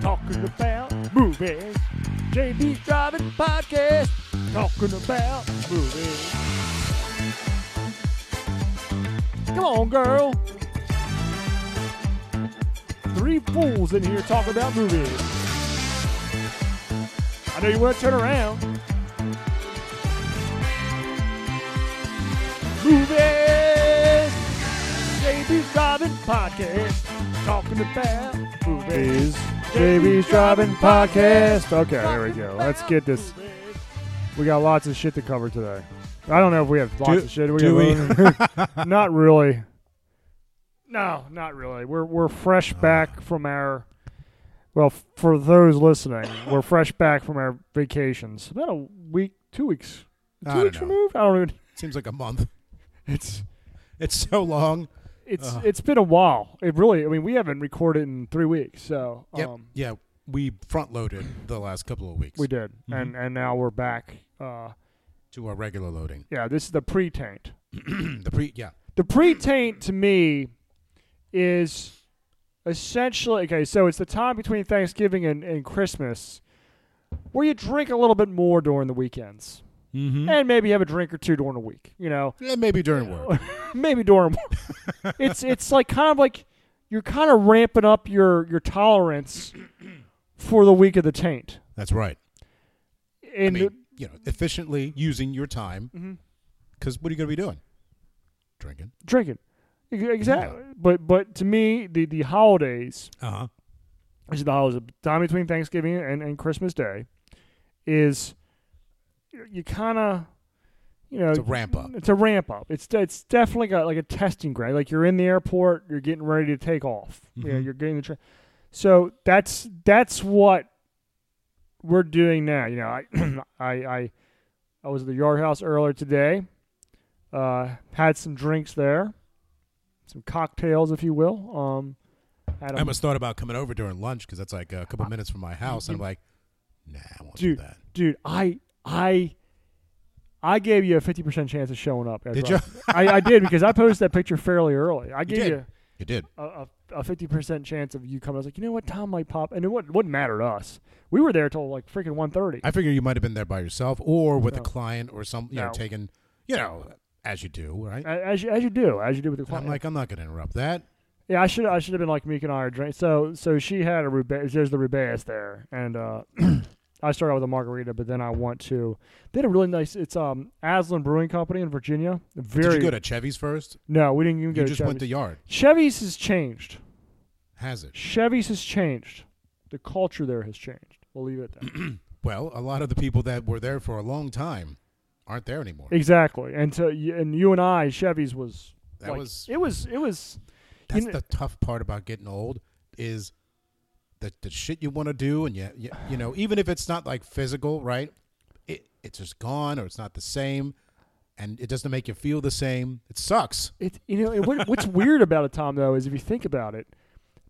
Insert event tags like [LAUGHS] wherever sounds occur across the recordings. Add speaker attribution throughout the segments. Speaker 1: talking about movies. JB's Driving Podcast, talking about movies. Come on, girl. Three fools in here talking about movies. I know you want to turn around. Movies. JB's Driving Podcast, talking about movies.
Speaker 2: JB's Driving Podcast. Okay, there we go. Let's get this. We got lots of shit to cover today. I don't know if we have lots
Speaker 3: Do-
Speaker 2: of shit.
Speaker 3: do [LAUGHS]
Speaker 2: we? not really. No, not really. We're we're fresh back from our. Well, f- for those
Speaker 3: [COUGHS]
Speaker 2: listening, we're fresh back from our vacations. About a week, two weeks, two
Speaker 3: I don't
Speaker 2: weeks
Speaker 3: know.
Speaker 2: removed. I don't even.
Speaker 3: Seems like a month.
Speaker 2: It's
Speaker 3: [LAUGHS] It's so long.
Speaker 2: it's
Speaker 3: Ugh.
Speaker 2: it's been a while. It really. I mean, we haven't recorded in three weeks. So
Speaker 3: Yep.
Speaker 2: um,
Speaker 3: Yeah, we front loaded the last couple of weeks
Speaker 2: we did, and and now we're back. Uh,
Speaker 3: to our regular loading. [CLEARS THROAT]
Speaker 2: yeah, this is the pre-taint.
Speaker 3: the pre, yeah,
Speaker 2: The pre-taint to me is essentially okay. So it's the time between Thanksgiving and, and Christmas where you drink a little bit more during the weekends,
Speaker 3: mm-hmm.
Speaker 2: and maybe have a drink or two during the week. You know,
Speaker 3: and maybe during work.
Speaker 2: maybe during. it's it's like kind of like you're kind of ramping up your your tolerance for the week of the taint.
Speaker 3: [LAUGHS] That's right. I
Speaker 2: And
Speaker 3: mean, you know, efficiently using your time.
Speaker 2: Mhm.
Speaker 3: Because what are you going to be doing? Drinking.
Speaker 2: drinking, Ex- exactly. But but to me, the the holidays
Speaker 3: Uh huh.
Speaker 2: which is the holidays, the time between Thanksgiving and, and Christmas Day, is you- you kind of, you know,
Speaker 3: It's a ramp up.
Speaker 2: It's a ramp up. It's it's definitely got like a testing ground. Like you're in the airport, you're getting ready to take off. You know,
Speaker 3: Mhm.
Speaker 2: you're getting the train. So that's that's what we're doing now. You know, I [CLEARS THROAT] I I, I was at the Yard House earlier today. Uh, had some drinks there, some cocktails, if you will. Um, had
Speaker 3: I almost thought about coming over during lunch because that's like a couple minutes from my house. And I'm like, nah, I
Speaker 2: Uh-huh.
Speaker 3: won't
Speaker 2: Mm-hmm. Dude,
Speaker 3: do that.
Speaker 2: dude, I I I gave you a fifty percent chance of showing up.
Speaker 3: Did
Speaker 2: after
Speaker 3: you?
Speaker 2: [LAUGHS] I, I did because I posted that picture fairly early. I gave
Speaker 3: did.
Speaker 2: you
Speaker 3: You did.
Speaker 2: a a fifty percent chance of you coming. I was like, you know what, Tom might pop, and it wouldn't, wouldn't matter to us. We were there till like freaking one thirty.
Speaker 3: I figure you might have been there by yourself or with
Speaker 2: No.
Speaker 3: a client or some, you
Speaker 2: No.
Speaker 3: know, taking, you know, as you do, right?
Speaker 2: As you, as you do, as you do with the
Speaker 3: And I'm
Speaker 2: client.
Speaker 3: like, I'm not going to interrupt that.
Speaker 2: yeah, I should I should have been like Meek and I are drinking. So so she had a Rube- there's the Rubeus there, and uh, [CLEARS THROAT] I started out with a margarita, but then I went to they had a really nice. It's um Aslan Brewing Company in Virginia. Very
Speaker 3: Did you go to Chevy's first?
Speaker 2: no, we didn't even go
Speaker 3: You
Speaker 2: to
Speaker 3: just
Speaker 2: Chevy's.
Speaker 3: went to Yard.
Speaker 2: Chevy's has changed.
Speaker 3: Has it?
Speaker 2: Chevy's has changed. The culture there has changed. We'll leave it at that.
Speaker 3: Well, a lot of the people that were there for a long time aren't there anymore.
Speaker 2: exactly. And to y- and you and I, Chevy's was
Speaker 3: That
Speaker 2: like-
Speaker 3: was
Speaker 2: it was it was
Speaker 3: that's
Speaker 2: kn-
Speaker 3: the tough part about getting old is the the shit you want to do and you, you you know even if it's not like physical right it it's just gone or it's not the same and it doesn't make you feel the same. It sucks.
Speaker 2: it you know it, what, what's weird about it, Tom though, is if you think about it,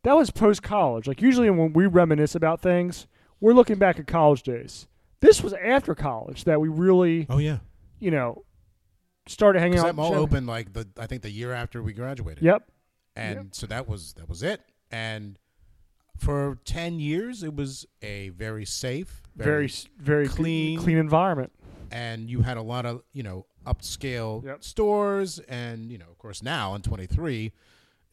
Speaker 2: that was post college. Like usually when we reminisce about things, we're looking back at college days. This was after college that we really
Speaker 3: Oh yeah,
Speaker 2: you know started hanging
Speaker 3: because
Speaker 2: out.
Speaker 3: that mall
Speaker 2: Chevy.
Speaker 3: opened like the I think the year after we graduated.
Speaker 2: Yep.
Speaker 3: and so that was that was it and for 10 years it was a very safe
Speaker 2: Very s- very
Speaker 3: clean.
Speaker 2: clean environment.
Speaker 3: and you had a lot of you know upscale
Speaker 2: Yep.
Speaker 3: stores and you know of course now in 23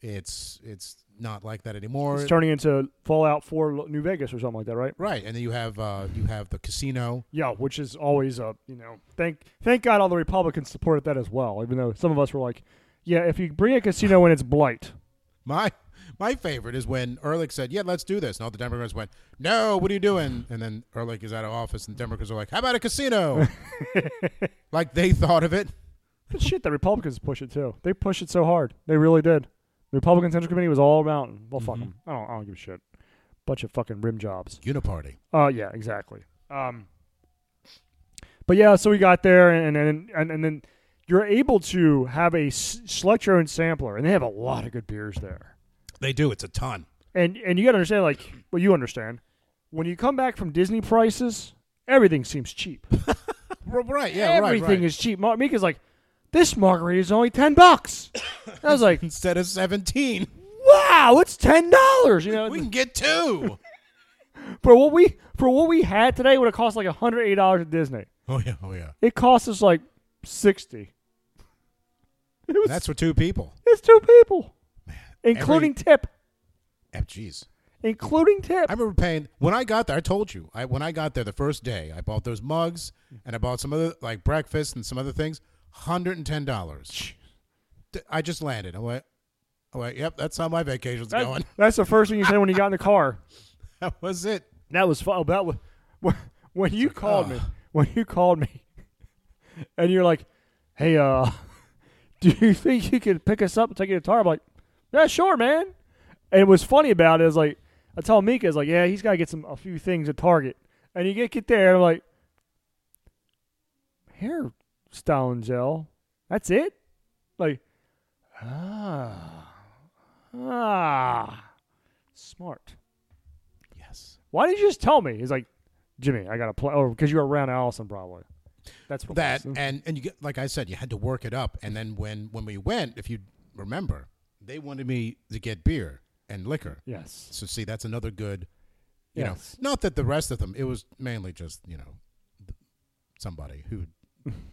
Speaker 3: it's it's not like that anymore
Speaker 2: It's turning into Fallout 4 New Vegas or something like that, right?
Speaker 3: right and then you have uh you have the casino
Speaker 2: Yeah, which is always a you know thank thank God all the Republicans supported that as well, even though some of us were like, yeah, if you bring a casino in, it's blight.
Speaker 3: my my favorite is when Ehrlich said, "Yeah, let's do this," and all the Democrats went, "No, what are you doing?" And then Ehrlich is out of office, and the Democrats are like, "How about
Speaker 2: [LAUGHS]
Speaker 3: a casino?" like they thought of it.
Speaker 2: But shit, the Republicans push it too. They push it so hard, they really did. The Republican Central Committee was all about well, fuck 'em. I don't I don't give a shit. Bunch of fucking rim jobs.
Speaker 3: Uniparty.
Speaker 2: Oh yeah, exactly. Um, but yeah, so we got there, and and and, and then you're able to have a s- select your own sampler, and they have a lot of good beers there.
Speaker 3: They do. It's a ton.
Speaker 2: and and you got to understand like well you understand when you come back from disney prices everything seems cheap
Speaker 3: R- Right, yeah,
Speaker 2: everything
Speaker 3: right, right.
Speaker 2: is cheap Ma- mika's like this margarita is only 10 bucks i was like [LAUGHS]
Speaker 3: instead of 17.
Speaker 2: wow it's 10 dollars you know
Speaker 3: We can get two.
Speaker 2: for what we for what we had today, it would have cost like hundred eight dollars at Disney.
Speaker 3: [LAUGHS] Oh yeah, oh yeah.
Speaker 2: It cost us like sixty. It was
Speaker 3: That's for two people.
Speaker 2: it's two people, including tip,
Speaker 3: Oh, jeez.
Speaker 2: including tip.
Speaker 3: I remember paying when I got there. I told you, I when I got there the first day, I bought those mugs and I bought some other like breakfast and some other things. Hundred and ten dollars. I just landed. I'm like, I'm like, yep, that's how my vacation's
Speaker 2: That-
Speaker 3: going. [LAUGHS]
Speaker 2: That's the first thing you said when you got in the car.
Speaker 3: That was it.
Speaker 2: That was fun. Oh, That was when you called me.
Speaker 3: ugh.
Speaker 2: When you called me, [LAUGHS] and you're like, "Hey, uh, [LAUGHS] do you think you could pick us up and take you to Tar?" I'm like, "Yeah, sure, man." And what's funny about it is like, I tell Mika is like, "Yeah, he's got to get some a few things at Target," and you get get there, and I'm like, "Hair styling gel, that's it." Like, ah, ah, smart.
Speaker 3: Yes.
Speaker 2: Why did you just tell me? He's like, Jimmy, I got to play. Oh, because you were around Allison probably. That's what
Speaker 3: That
Speaker 2: it was.
Speaker 3: and and you get like I said, you had to work it up. And then when when we went, if you remember, they wanted me to get beer and liquor.
Speaker 2: Yes.
Speaker 3: So see, that's another good. You
Speaker 2: Yes.
Speaker 3: know, not that the rest of them. It was mainly just you know th- somebody who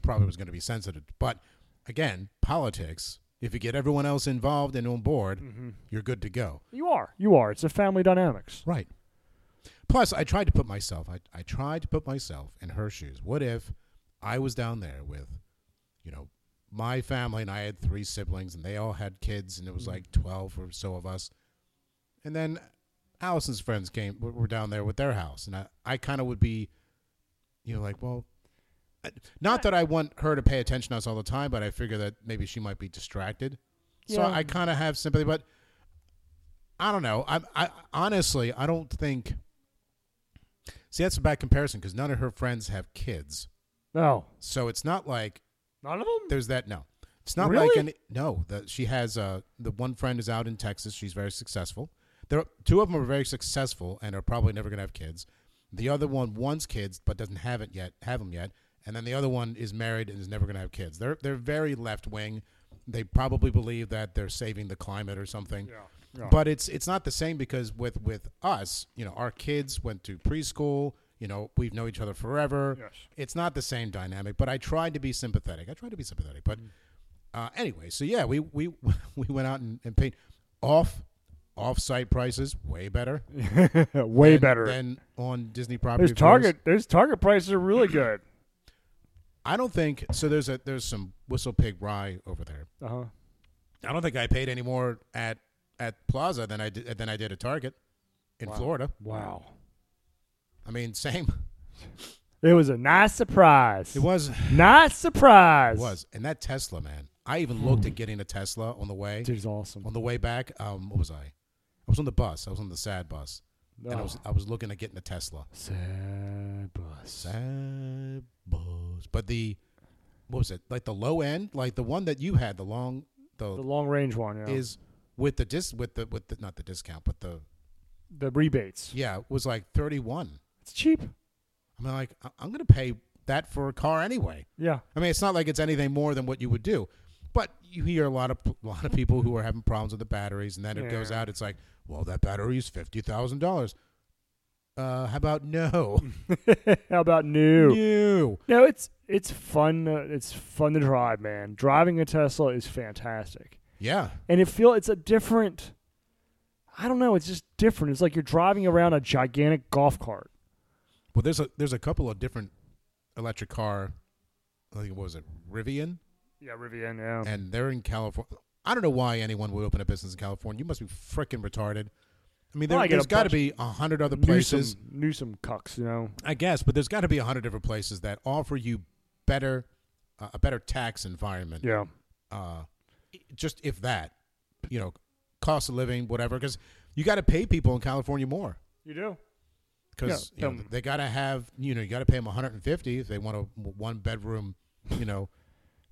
Speaker 3: probably was going to be sensitive. But again, politics. If you get everyone else involved and on board, you're good to go.
Speaker 2: You are. You are. It's a family dynamics.
Speaker 3: Right. Plus, I tried to put myself. I I tried to put myself in her shoes. What if I was down there with, you know, my family and I had three siblings and they all had kids and it was like twelve or so of us, and then Allison's friends came were- were down there with their house and I I kind of would be, you know, like well. I- Not that I want her to pay attention to us all the time, but I figure that maybe she might be distracted. So
Speaker 2: Yeah.
Speaker 3: I kind of have sympathy, but I don't know. I, I honestly, I don't think. See, that's a bad comparison because none of her friends have kids,
Speaker 2: No.
Speaker 3: so it's not like
Speaker 2: None of them?
Speaker 3: there's that. No, it's not like
Speaker 2: Really?
Speaker 3: any. No, the, she has uh, the one friend is out in Texas. She's very successful. There, two of them are very successful and are probably never gonna have kids. The other one wants kids but doesn't have it yet. Have them yet, and then the other one is married and is never gonna have kids. They're they're very left wing. They probably believe that they're saving the climate or something
Speaker 2: Yeah.
Speaker 3: but it's it's not the same because with with us you know our kids went to preschool you know we've known each other forever
Speaker 2: Yes.
Speaker 3: it's not the same dynamic but i tried to be sympathetic i tried to be sympathetic
Speaker 2: Mm.
Speaker 3: but uh, anyway so yeah we we [LAUGHS] we went out and, and paid off off-site prices way better
Speaker 2: [LAUGHS] Way
Speaker 3: than-
Speaker 2: better.
Speaker 3: than on disney property
Speaker 2: There's
Speaker 3: for us.
Speaker 2: Target. There's Target prices are really good.
Speaker 3: i don't think so there's a there's some whistle pig rye over there
Speaker 2: Uh huh.
Speaker 3: i don't think i paid any more at at plaza than i did than i did at target in florida
Speaker 2: Wow.
Speaker 3: i mean [LAUGHS] same
Speaker 2: It was a nice surprise.
Speaker 3: it was
Speaker 2: Nice surprise.
Speaker 3: It was. And that Tesla, man. I even looked at getting a Tesla on the way.
Speaker 2: Dude, it's awesome.
Speaker 3: On the way back, um, what was I? I was on the bus. I was on the sad bus. And I was I was looking at getting a Tesla.
Speaker 2: Oh. Sad bus.
Speaker 3: Sad bus. But the what was it? Like the low end, like the one that you had, the long the,
Speaker 2: The long range one, yeah.
Speaker 3: is with the dis with the with the not the discount, but the
Speaker 2: the rebates.
Speaker 3: yeah, it was like thirty one.
Speaker 2: It's cheap.
Speaker 3: I mean like I- I'm gonna pay that for a car anyway.
Speaker 2: Yeah. [LAUGHS]
Speaker 3: I mean, it's not like it's anything more than what you would do. But you hear a lot of a lot of people who are having problems with the batteries, and then it goes
Speaker 2: Yeah.
Speaker 3: out. It's like, well, that battery is fifty thousand dollars. Uh, how about no,
Speaker 2: How about new?
Speaker 3: [LAUGHS] no?
Speaker 2: No, it's it's fun. Uh, it's fun to drive, man. Driving a Tesla is fantastic,
Speaker 3: Yeah,
Speaker 2: and it feel it's a different. I don't know. It's just different. It's like you're driving around a gigantic golf cart.
Speaker 3: well, there's a there's a couple of different electric car. I think it was it Rivian,
Speaker 2: Yeah, Rivian. Yeah,
Speaker 3: and they're in California. I don't know why anyone would open a business in California. You must be freaking retarded. I mean, there,
Speaker 2: Probably get
Speaker 3: has
Speaker 2: a
Speaker 3: got to
Speaker 2: bunch-
Speaker 3: be a hundred other places.
Speaker 2: Newsome, Newsome cucks. You know.
Speaker 3: I guess, but there's got to be a hundred different places that offer you better, uh, a better tax environment.
Speaker 2: Yeah.
Speaker 3: Uh, just if that, you know, cost of living, whatever, because you got to pay people in California more
Speaker 2: You do.
Speaker 3: because
Speaker 2: Yeah,
Speaker 3: you know,
Speaker 2: um,
Speaker 3: they got to have, you know, you got to pay them 150 if they want a one bedroom, you know,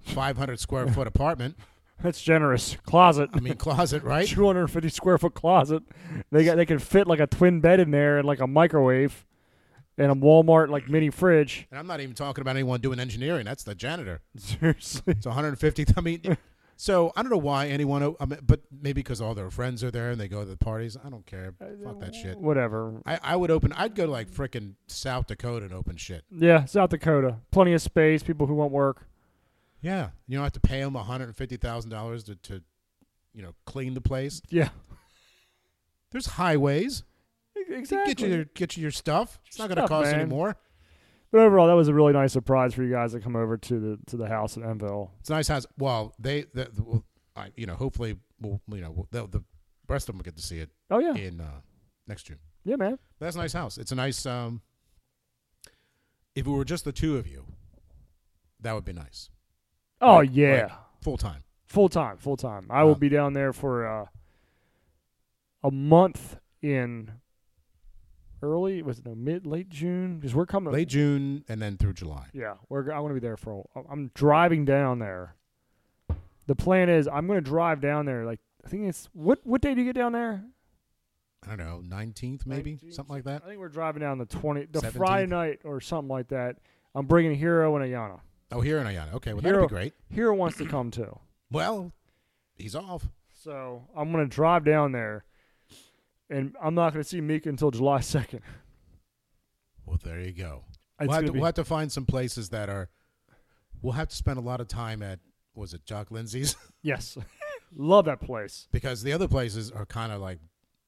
Speaker 3: 500 square
Speaker 2: [LAUGHS]
Speaker 3: foot apartment.
Speaker 2: That's generous. Closet.
Speaker 3: I mean, closet, right?
Speaker 2: 250 square foot closet. They got they can fit like a twin bed in there and like a microwave, and a Walmart like mini
Speaker 3: [LAUGHS]
Speaker 2: fridge. [LAUGHS]
Speaker 3: And I'm not even talking about anyone doing engineering. That's the janitor.
Speaker 2: Seriously.
Speaker 3: It's 150. [LAUGHS] I mean, So I don't know why anyone, I mean, but maybe because all their friends are there and they go to the parties. I don't care. Fuck that shit.
Speaker 2: Whatever.
Speaker 3: I, I would open. I'd go to like frickin' South Dakota and open shit.
Speaker 2: Yeah, South Dakota. Plenty of space, people who want work.
Speaker 3: Yeah, you don't have to pay them one hundred and fifty thousand dollars to to, you know, clean the place.
Speaker 2: Yeah.
Speaker 3: There's highways.
Speaker 2: E-, Exactly.
Speaker 3: Get you your get you your stuff. It's not going to
Speaker 2: Stuff,
Speaker 3: cost
Speaker 2: man.
Speaker 3: any more.
Speaker 2: But overall, that was a really nice surprise for you guys to come over to the to the house in Enville.
Speaker 3: It's a nice house. Well, they that well, I you know hopefully we'll, you know the, the rest of them will get to see it
Speaker 2: Oh yeah,
Speaker 3: in uh, next June.
Speaker 2: yeah, man.
Speaker 3: That's a nice house. It's a nice. Um, if it were just the two of you, that would be nice.
Speaker 2: Oh
Speaker 3: Right,
Speaker 2: yeah,
Speaker 3: right. Full time.
Speaker 2: full time, full time. I will
Speaker 3: Wow.
Speaker 2: be down there for uh, a month in early was it no, mid late June because we're coming
Speaker 3: Late June and then through July.
Speaker 2: Yeah, we're. g- I'm going to be there for. a- I'm driving down there. The plan is I'm going to drive down there. Like I think it's what what day do you get down there?
Speaker 3: I don't know, nineteenth maybe
Speaker 2: 19th,
Speaker 3: something like that.
Speaker 2: I think we're driving down the twenty, the
Speaker 3: 17th?
Speaker 2: Friday night or something like that. I'm bringing Hero and Ayana.
Speaker 3: Oh, here in Ayana. Okay, well
Speaker 2: Hero-
Speaker 3: that'd be great.
Speaker 2: Hero wants to come too,
Speaker 3: Well, he's off.
Speaker 2: so I'm going to drive down there, and I'm not going to see Meek until July second.
Speaker 3: Well, there you go. We'll have, to, we'll have to find some places that are. We'll have to spend a lot of time at was it Jock Lindsey's
Speaker 2: yes, [LAUGHS] love that place.
Speaker 3: [LAUGHS] because the other places are kind of like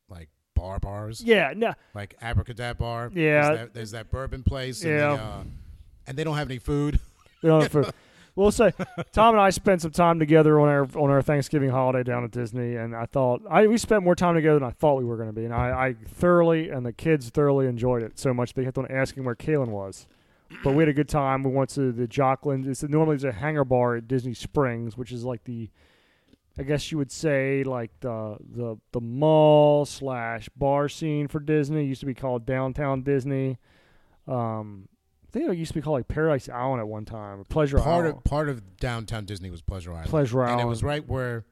Speaker 3: like bar bars
Speaker 2: Yeah, no,
Speaker 3: like Abracadabra bar.
Speaker 2: Yeah.
Speaker 3: there's that, there's that bourbon place. And
Speaker 2: Yeah.
Speaker 3: the, uh, and they don't have any food.
Speaker 2: You know, for- we'll say Tom and I spent some time together on our on our Thanksgiving holiday down at Disney, and I thought I we spent more time together than I thought we were going to be, and I, I thoroughly and the kids thoroughly enjoyed it so much they kept on asking where Kalen was. But we had a good time. We went to the Jockland. It's normally there's a hangar bar at Disney Springs, which is like the, I guess you would say like the the the mall slash bar scene for Disney. It used to be called Downtown Disney. Um, I think it used to be called like Paradise Island at one time, or Pleasure
Speaker 3: Part
Speaker 2: Island.
Speaker 3: of part of downtown Disney was Pleasure Island.
Speaker 2: Pleasure
Speaker 3: and
Speaker 2: Island.
Speaker 3: it was right where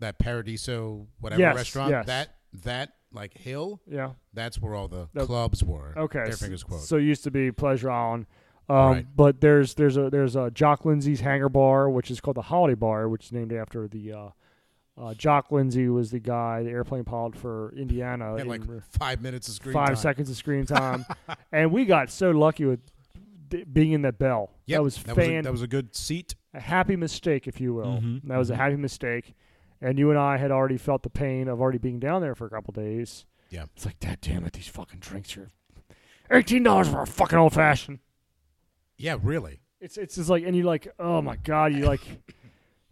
Speaker 3: that Paradiso whatever
Speaker 2: Yes,
Speaker 3: restaurant
Speaker 2: yes.
Speaker 3: that that like hill
Speaker 2: yeah.
Speaker 3: that's where all the
Speaker 2: The-
Speaker 3: clubs were.
Speaker 2: Okay.
Speaker 3: their
Speaker 2: s-
Speaker 3: fingers quote.
Speaker 2: So it used to be Pleasure Island. Um,
Speaker 3: Right.
Speaker 2: But there's there's a there's a Jock Lindsey's Hangar Bar, which is called the Holiday Bar, which is named after the uh, uh, Jock Lindsey was the guy, the airplane pilot for Indiana.
Speaker 3: had
Speaker 2: in
Speaker 3: like
Speaker 2: r-
Speaker 3: five minutes of screen
Speaker 2: five
Speaker 3: time.
Speaker 2: seconds of
Speaker 3: [LAUGHS]
Speaker 2: screen time, and we got so lucky with d- being in that bell.
Speaker 3: Yep,
Speaker 2: that was
Speaker 3: that was, a,
Speaker 2: fan
Speaker 3: that was a good seat.
Speaker 2: a happy mistake, if you will.
Speaker 3: Mhm.
Speaker 2: That was a happy mistake. And you and I had already felt the pain of already being down there for a couple days.
Speaker 3: Yeah.
Speaker 2: It's like, God damn it, these fucking drinks are eighteen dollars for a fucking old fashioned.
Speaker 3: Yeah, really.
Speaker 2: It's it's just like and you like, oh my god, you
Speaker 3: [COUGHS]
Speaker 2: like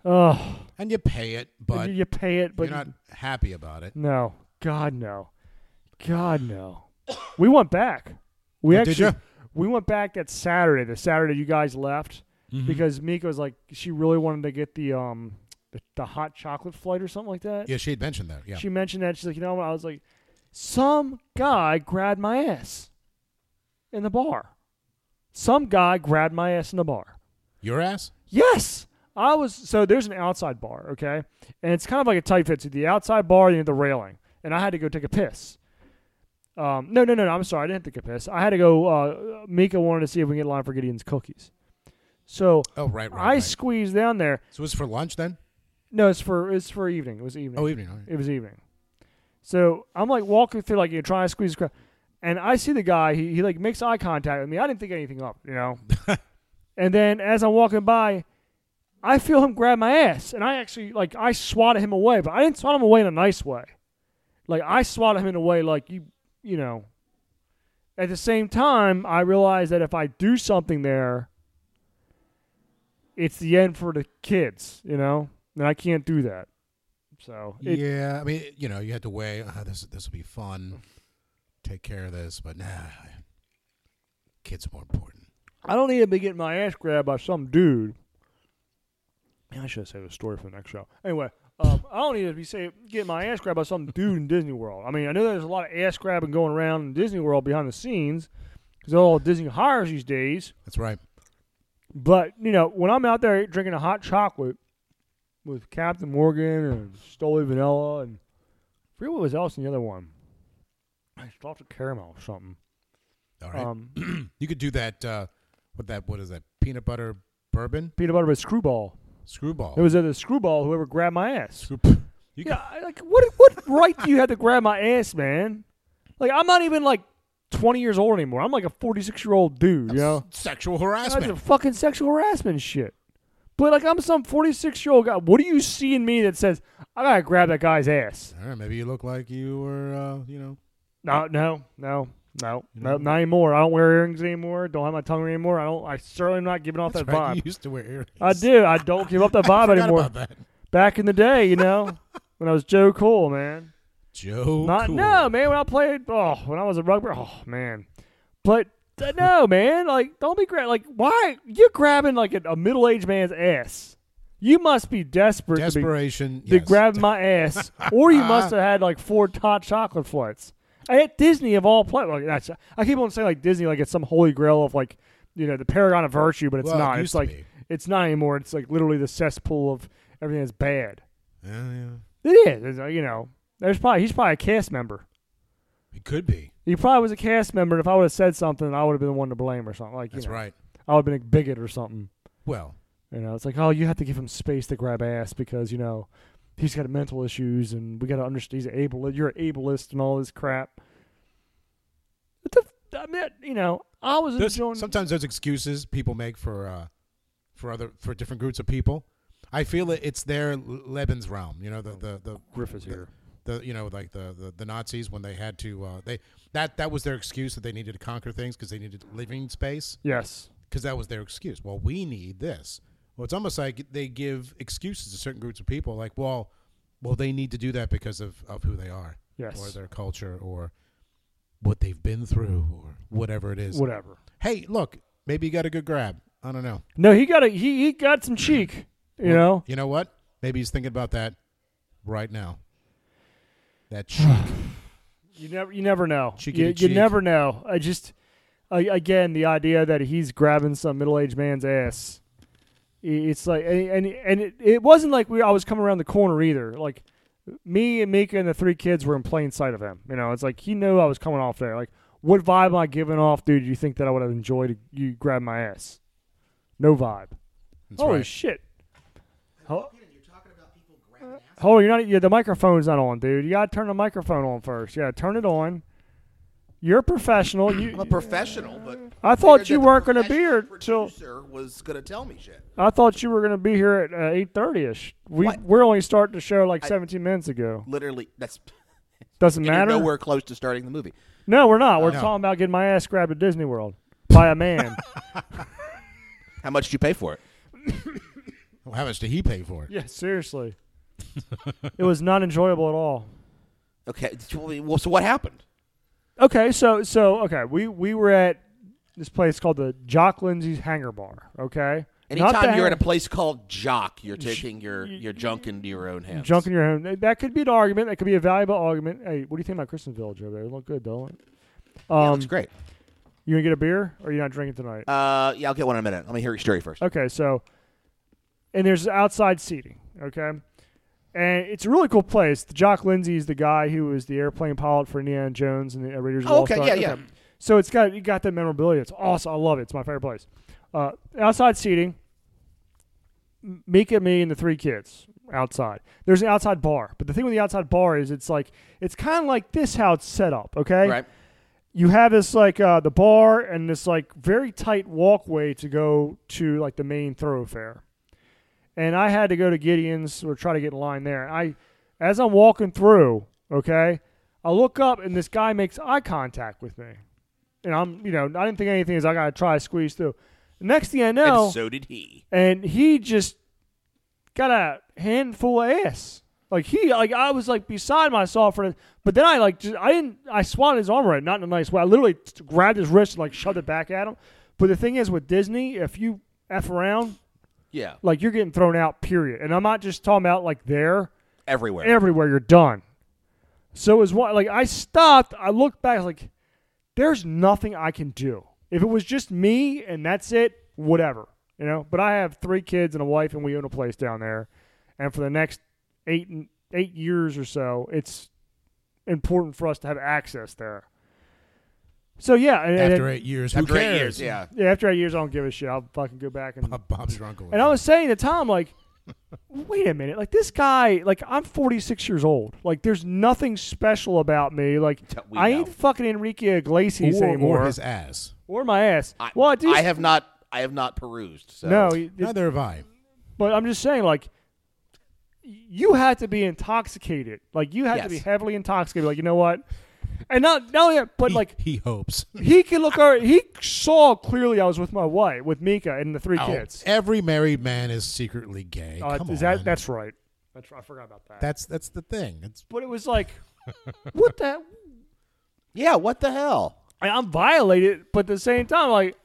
Speaker 2: oh
Speaker 3: And you pay it, but
Speaker 2: you, you pay it, but
Speaker 3: you're not happy about it.
Speaker 2: no. God no. God no. we went back. We
Speaker 3: Oh, did
Speaker 2: actually
Speaker 3: ya?
Speaker 2: we went back that Saturday, the Saturday you guys left.
Speaker 3: Mm-hmm.
Speaker 2: because Mika was like she really wanted to get the um the, the hot chocolate flight or something like that.
Speaker 3: yeah, she had mentioned that. Yeah,
Speaker 2: She mentioned that she's like, you know what? I was like, some guy grabbed my ass in the bar. Some guy grabbed my ass in the bar.
Speaker 3: your ass.
Speaker 2: Yes. I was so there's an outside bar, okay? And it's kind of like a tight fit. So the outside bar, you know, the railing. And I had to go take a piss. Um, no, no, no, no. I'm sorry. I didn't take a piss. I had to go. Uh, Mika wanted to see if we can get line for Gideon's cookies. So
Speaker 3: Oh, right, right.
Speaker 2: I
Speaker 3: right.
Speaker 2: squeezed down there.
Speaker 3: so it was for lunch then.
Speaker 2: No, it's for it's for evening. It was evening.
Speaker 3: Oh, evening. All right.
Speaker 2: It was evening. So I'm like walking through, like you know, trying to squeeze, the crowd, and I see the guy. He, he like makes eye contact with me. I didn't think anything up, you know. and then as I'm walking by, I feel him grab my ass, and I actually like I swatted him away, but I didn't swat him away in a nice way. Like I swatted him in a way like you, you know. At the same time, I realized that if I do something there, it's the end for the kids, you know, and I can't do that. So it,
Speaker 3: yeah, I mean, you know, you had to weigh. Ah, this this will be fun. Take care of this, but nah, kids are more important.
Speaker 2: I don't need to be getting my ass grabbed by some dude. Man, I should have saved a story for the next show. Anyway, um, I don't need to be say, getting my ass grabbed by some dude in Disney World. I mean, I know there's a lot of ass grabbing going around in Disney World behind the scenes because all Disney hires these days.
Speaker 3: That's right.
Speaker 2: But you know, when I'm out there drinking a hot chocolate with Captain Morgan and Stoli Vanilla and I forget what was else in the other one, I thought it caramel or something.
Speaker 3: All right.
Speaker 2: Um,
Speaker 3: uh, you could do that. Uh, what that? What is that? Peanut butter bourbon
Speaker 2: peanut butter with screwball.
Speaker 3: Screwball.
Speaker 2: It was at a screwball whoever grabbed my ass.
Speaker 3: Screw- you
Speaker 2: Yeah, I- like what what right do you have to grab my ass, man? Like I'm not even like 20 years old anymore. I'm like a 46 year old dude. You know,
Speaker 3: got sexual
Speaker 2: that's a
Speaker 3: harassment.
Speaker 2: fucking sexual harassment shit. But like I'm some 46 year old guy. What do you see in me that says I gotta grab that guy's ass?
Speaker 3: All right, maybe you look like you were, uh, you know,
Speaker 2: No, no, no, no, no,
Speaker 3: Mm.
Speaker 2: not anymore. I don't wear earrings anymore. Don't have my tongue ring anymore. I don't. I certainly am not giving off
Speaker 3: that's
Speaker 2: that
Speaker 3: right,
Speaker 2: vibe.
Speaker 3: you used to wear earrings.
Speaker 2: I do. I don't give up that
Speaker 3: [LAUGHS] I
Speaker 2: vibe
Speaker 3: forgot
Speaker 2: anymore.
Speaker 3: about that.
Speaker 2: Back in the day, you know, when I was Joe Cool, man.
Speaker 3: Joe.
Speaker 2: Not
Speaker 3: cool.
Speaker 2: no, man. When I played, oh, when I was a rugby, oh man. But
Speaker 3: [LAUGHS]
Speaker 2: uh, no, man. Like, don't be grab. Like, why you're grabbing like a, a middle aged man's ass? You must be desperate. to be-
Speaker 3: Desperation.
Speaker 2: to
Speaker 3: yes.
Speaker 2: grab my ass, or
Speaker 3: [LAUGHS]
Speaker 2: you must have had like four hot chocolate flights at Disney of all places. Like, that's- I keep on saying like Disney, like it's some holy grail of like you know the paragon of virtue, but it's
Speaker 3: Well, it
Speaker 2: not.
Speaker 3: used
Speaker 2: it's
Speaker 3: to
Speaker 2: like
Speaker 3: be.
Speaker 2: it's not anymore. It's like literally the cesspool of everything that's bad.
Speaker 3: Yeah, yeah.
Speaker 2: It is, it's, uh, you know. There's probably he's probably a cast member.
Speaker 3: It could be.
Speaker 2: He probably was a cast member. and If I would have said something, I would have been the one to blame or something. Like you
Speaker 3: That's
Speaker 2: know,
Speaker 3: right.
Speaker 2: I would have been a bigot or something.
Speaker 3: Well,
Speaker 2: You know, it's like, oh, you have to give him space to grab ass because you know he's got mental issues, and we got to understand he's able. You're ableist and all this crap. What the? f- I mean, you know, I was
Speaker 3: there's,
Speaker 2: enjoying.
Speaker 3: sometimes there's excuses people make for uh, for other for different groups of people. I feel it, it's their Lebensraum, you know, the the the
Speaker 2: Griff is here.
Speaker 3: the you know like the, the the Nazis when they had to uh, they that that was their excuse that they needed to conquer things because they needed living space
Speaker 2: Yes,
Speaker 3: because that was their excuse. Well, we need this. Well, it's almost like they give excuses to certain groups of people, like well, well they need to do that because of of who they are or
Speaker 2: yes,
Speaker 3: their culture or what they've been through or whatever it is.
Speaker 2: whatever.
Speaker 3: Hey, look, maybe you got a good grab. I don't know.
Speaker 2: No, he got a he he got some cheek. You know,
Speaker 3: You know what? Maybe he's thinking about that right now.
Speaker 2: [SIGHS]
Speaker 3: That cheek.
Speaker 2: you never you never know.
Speaker 3: Cheeky
Speaker 2: You,
Speaker 3: to
Speaker 2: you
Speaker 3: cheek.
Speaker 2: never know. I just I, again the idea that he's grabbing some middle aged man's ass. i- It's like and and, and it, it wasn't like we I was coming around the corner either. Like me and Mika and the three kids were in plain sight of him. You know, it's like he knew I was coming off there. Like what vibe am I giving off, dude? You think that I would have enjoyed you grab my ass? No vibe.
Speaker 3: That's
Speaker 2: Holy
Speaker 3: right.
Speaker 2: shit! Ho-
Speaker 4: You're talking about people grabbing ass.
Speaker 2: Hold on, you're not. Yeah, the microphone's not on, dude. You gotta turn the microphone on first. Yeah, turn it on. You're a professional.
Speaker 4: I'm a
Speaker 2: You,
Speaker 4: professional, but
Speaker 2: I thought
Speaker 4: figured
Speaker 2: you
Speaker 4: that the
Speaker 2: weren't gonna be
Speaker 4: professional
Speaker 2: here till.
Speaker 4: producer was gonna tell me shit.
Speaker 2: I thought you were gonna be here at uh, eight thirty ish. We
Speaker 4: What?
Speaker 2: we're only starting the show like seventeen minutes ago.
Speaker 4: Literally, that's [LAUGHS]
Speaker 2: Doesn't
Speaker 4: and
Speaker 2: matter.
Speaker 4: You're nowhere close to starting the movie.
Speaker 2: No, we're not. We're
Speaker 3: No.
Speaker 2: talking about getting my ass grabbed at Disney World by a
Speaker 4: [LAUGHS]
Speaker 2: man.
Speaker 4: How much did you pay for it?
Speaker 3: Well, How much did he pay for it?
Speaker 2: yeah, seriously. it was not enjoyable at all.
Speaker 4: Okay, well, so what happened?
Speaker 2: Okay, so so okay, we we were at this place called the Jock Lindsay's Hangar Bar. Okay, Not the
Speaker 4: Anytime you're
Speaker 2: hang-
Speaker 4: at a place called Jock, you're taking your, your junk into your own hands.
Speaker 2: junk in your home. That could be an argument. That could be a valuable argument. Hey, what do you think about Christian Village over there? It look good, don't it?
Speaker 4: yeah,
Speaker 2: Um,
Speaker 4: looks great.
Speaker 2: you gonna get a beer or you not drinking tonight?
Speaker 4: Uh, yeah, I'll get one in a minute. Let me hear your story first.
Speaker 2: Okay, so and there's outside seating. Okay, and it's a really cool place. The Jock Lindsay is the guy who was the airplane pilot for Indiana Jones and the uh, Raiders. of the
Speaker 4: Oh,
Speaker 2: Lost
Speaker 4: okay,
Speaker 2: Ark.
Speaker 4: yeah, yeah.
Speaker 2: So it's got you got that memorabilia. It's awesome. I love it. It's my favorite place. Uh, outside seating. M- Mika, me, and the three kids outside. There's an outside bar, but the thing with the outside bar is it's like it's kind of like this how it's set up. Okay,
Speaker 4: Right.
Speaker 2: you have this like uh, the bar and this like very tight walkway to go to like the main thoroughfare. And I had to go to Gideon's or try to get in line there. I, as I'm walking through, okay, I look up and this guy makes eye contact with me, and I'm you know I didn't think anything is I gotta try to squeeze through. Next thing I know,
Speaker 4: And so did he.
Speaker 2: and he just got a handful of ass. Like he, like I was like beside myself for, but then I like just I didn't I swatted his arm right, not in a nice way. I literally t- grabbed his wrist and like shoved it back at him. But the thing is with Disney, if you f around,
Speaker 4: Yeah,
Speaker 2: like you're getting thrown out. Period. And I'm not just talking about like there
Speaker 4: everywhere.
Speaker 2: everywhere you're done. So it was one like I stopped, I looked back, I was like, there's nothing I can do. If it was just me and that's it, whatever. You know, but I have three kids and a wife and we own a place down there. And for the next eight eight years or so, it's important for us to have access there. So yeah, and, and-
Speaker 3: After eight years,
Speaker 4: After
Speaker 3: who
Speaker 4: eight
Speaker 3: cares?
Speaker 4: years, yeah.
Speaker 2: yeah, after eight years I don't give a shit. I'll fucking go back and
Speaker 3: Bob's your uncle.
Speaker 2: and I was saying to Tom, like, wait a minute, like this guy, like I'm 46 years old. Like there's nothing special about me. Like
Speaker 4: We
Speaker 2: I
Speaker 4: know.
Speaker 2: ain't fucking Enrique Iglesias
Speaker 3: or,
Speaker 2: anymore,
Speaker 3: or his ass.
Speaker 2: or my ass.
Speaker 4: I,
Speaker 2: well, I do.
Speaker 4: I have not. I have not perused. So.
Speaker 2: no, it-
Speaker 3: Neither have I.
Speaker 2: but I'm just saying, like you had to be intoxicated. Like you had to
Speaker 4: Yes.
Speaker 2: be heavily intoxicated. Like you know what? And not not only that, but
Speaker 3: He-
Speaker 2: like
Speaker 3: he hopes.
Speaker 2: he can look. Over, he saw clearly I was with my wife, with Mika and the three
Speaker 3: Oh,
Speaker 2: kids.
Speaker 3: every married man is secretly gay.
Speaker 2: Uh,
Speaker 3: Come
Speaker 2: is
Speaker 3: on.
Speaker 2: that that's right? That's right. I forgot about that.
Speaker 3: that's that's the thing. It's
Speaker 2: but it was like, what the?
Speaker 4: Yeah. What the hell?
Speaker 2: I- I'm violated, but at the same time, like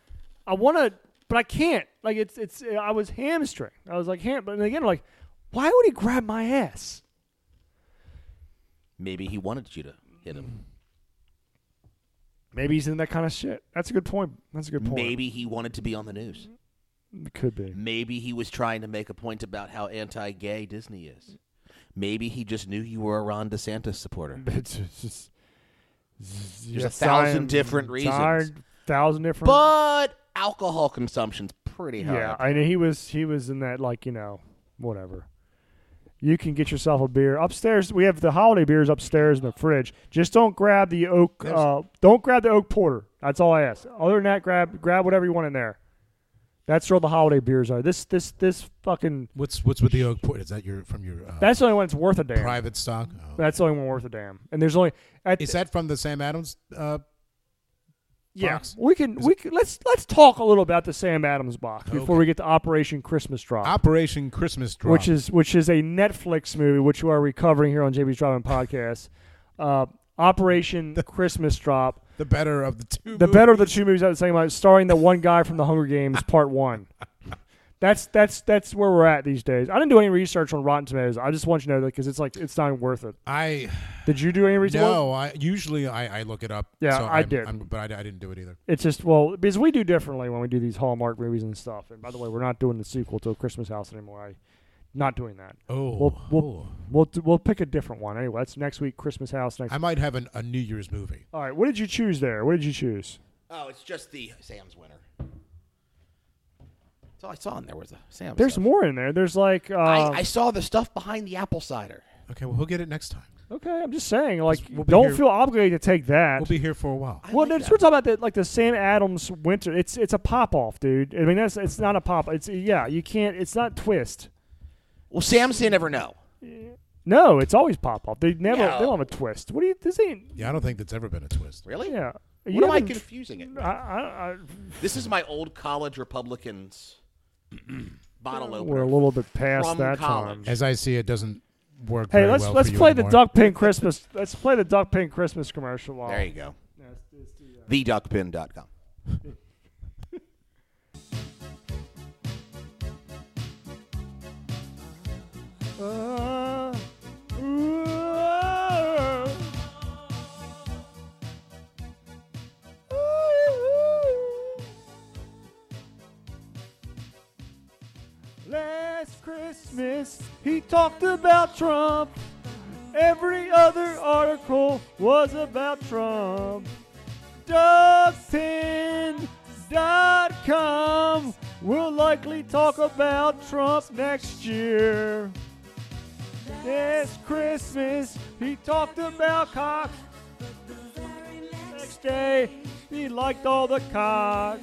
Speaker 2: I want to, but I can't. Like it's it's. I was hamstring. I was like ham. But then again, like, why would he grab my ass?
Speaker 4: Maybe he wanted you to hit him.
Speaker 2: Maybe he's in that kind of shit. That's a good point. That's a good point.
Speaker 4: Maybe he wanted to be on the news.
Speaker 2: It could be.
Speaker 4: Maybe he was trying to make a point about how anti-gay Disney is. Maybe he just knew you were a Ron DeSantis supporter.
Speaker 2: [LAUGHS] It's just,
Speaker 4: There's a thousand different reasons.
Speaker 2: thousand different.
Speaker 4: But alcohol consumption's pretty high.
Speaker 2: Yeah, I know he was he was in that like you know whatever. You can get yourself a beer upstairs. We have the holiday beers upstairs in the fridge. Just don't grab the oak. Uh, don't grab the oak porter. That's all I ask. Other than that, grab grab whatever you want in there. That's where the holiday beers are. This this this fucking.
Speaker 3: what's what's with the oak port? Is that your from your uh,
Speaker 2: That's the only one that's worth a damn.
Speaker 3: private stock? Oh.
Speaker 2: That's the only one worth a damn. And there's only at
Speaker 3: Is that from the Sam Adams? Uh,
Speaker 2: yeah.
Speaker 3: box?
Speaker 2: We can we can, let's let's talk a little about the Sam Adams box before we get to Operation Christmas Drop.
Speaker 3: Operation Christmas Drop.
Speaker 2: which is which is a Netflix movie, which we are recovering here on JB's Driving Podcast. Uh, Operation Christmas Drop,
Speaker 3: the better of the two.
Speaker 2: the
Speaker 3: movies.
Speaker 2: better of the two movies I was talking about, starring the one guy from the Hunger Games, Part One. [LAUGHS] That's that's that's where we're at these days. I didn't do any research on Rotten Tomatoes. I just want you to know that because it's like it's not even worth it.
Speaker 3: I
Speaker 2: Did you do any research?
Speaker 3: no. I usually I, I look it up.
Speaker 2: Yeah,
Speaker 3: so
Speaker 2: I
Speaker 3: I'm-
Speaker 2: did.
Speaker 3: I'm- but I, I didn't do it either.
Speaker 2: It's just well because we do differently when we do these Hallmark movies and stuff. And by the way, we're not doing the sequel to Christmas House anymore. I not doing that.
Speaker 3: Oh,
Speaker 2: We'll we'll we'll, do- we'll pick a different one anyway. That's next week. Christmas House next
Speaker 3: I might have an, a New Year's movie.
Speaker 2: All right, what did you choose there? What did you choose?
Speaker 4: Oh, it's just the Sam's winner. That's all I saw in there was a Sam's.
Speaker 2: There's
Speaker 4: stuff.
Speaker 2: more in there. There's like, uh,
Speaker 4: I, I saw the stuff behind the apple cider.
Speaker 3: Okay, well, he'll get it next time.
Speaker 2: okay, I'm just saying, like,
Speaker 3: we'll be
Speaker 2: don't
Speaker 3: here-
Speaker 2: feel obligated to take that.
Speaker 3: We'll be here for a while.
Speaker 4: I
Speaker 2: well,
Speaker 4: like
Speaker 2: that's-
Speaker 4: that.
Speaker 2: we're talking about the, like the Sam Adams Winter. It's it's a pop off, dude. I mean, that's it's not a pop. It's yeah, you can't. It's not twist.
Speaker 4: well, Sam's didn't ever know.
Speaker 2: No, it's always pop off. They never
Speaker 4: No.
Speaker 2: they don't have a twist. What do you? This ain't.
Speaker 3: Yeah, I don't think that's ever been a twist.
Speaker 4: Really?
Speaker 2: Yeah. You
Speaker 4: What am I
Speaker 2: haven't- uh,
Speaker 4: confusing it?
Speaker 2: I, I, I,
Speaker 4: This is my old
Speaker 2: [CLEARS THROAT]
Speaker 4: college Republicans bottle opener.
Speaker 2: we're a little bit past
Speaker 4: From
Speaker 2: that
Speaker 4: college.
Speaker 2: time.
Speaker 3: As I see, it doesn't work.
Speaker 2: Hey,
Speaker 3: very
Speaker 2: let's
Speaker 3: well
Speaker 2: let's
Speaker 3: for you
Speaker 2: play the
Speaker 3: anymore.
Speaker 2: Duck Pin Christmas. let's play the Duck Pin Christmas commercial. While
Speaker 4: There you go. TheDuckpin.com.
Speaker 2: Last Christmas, he talked about Trump. Every other article was about Trump. DuckPin.com will likely talk about Trump next year. This Christmas, he talked about cock. Next day, he liked all the cock.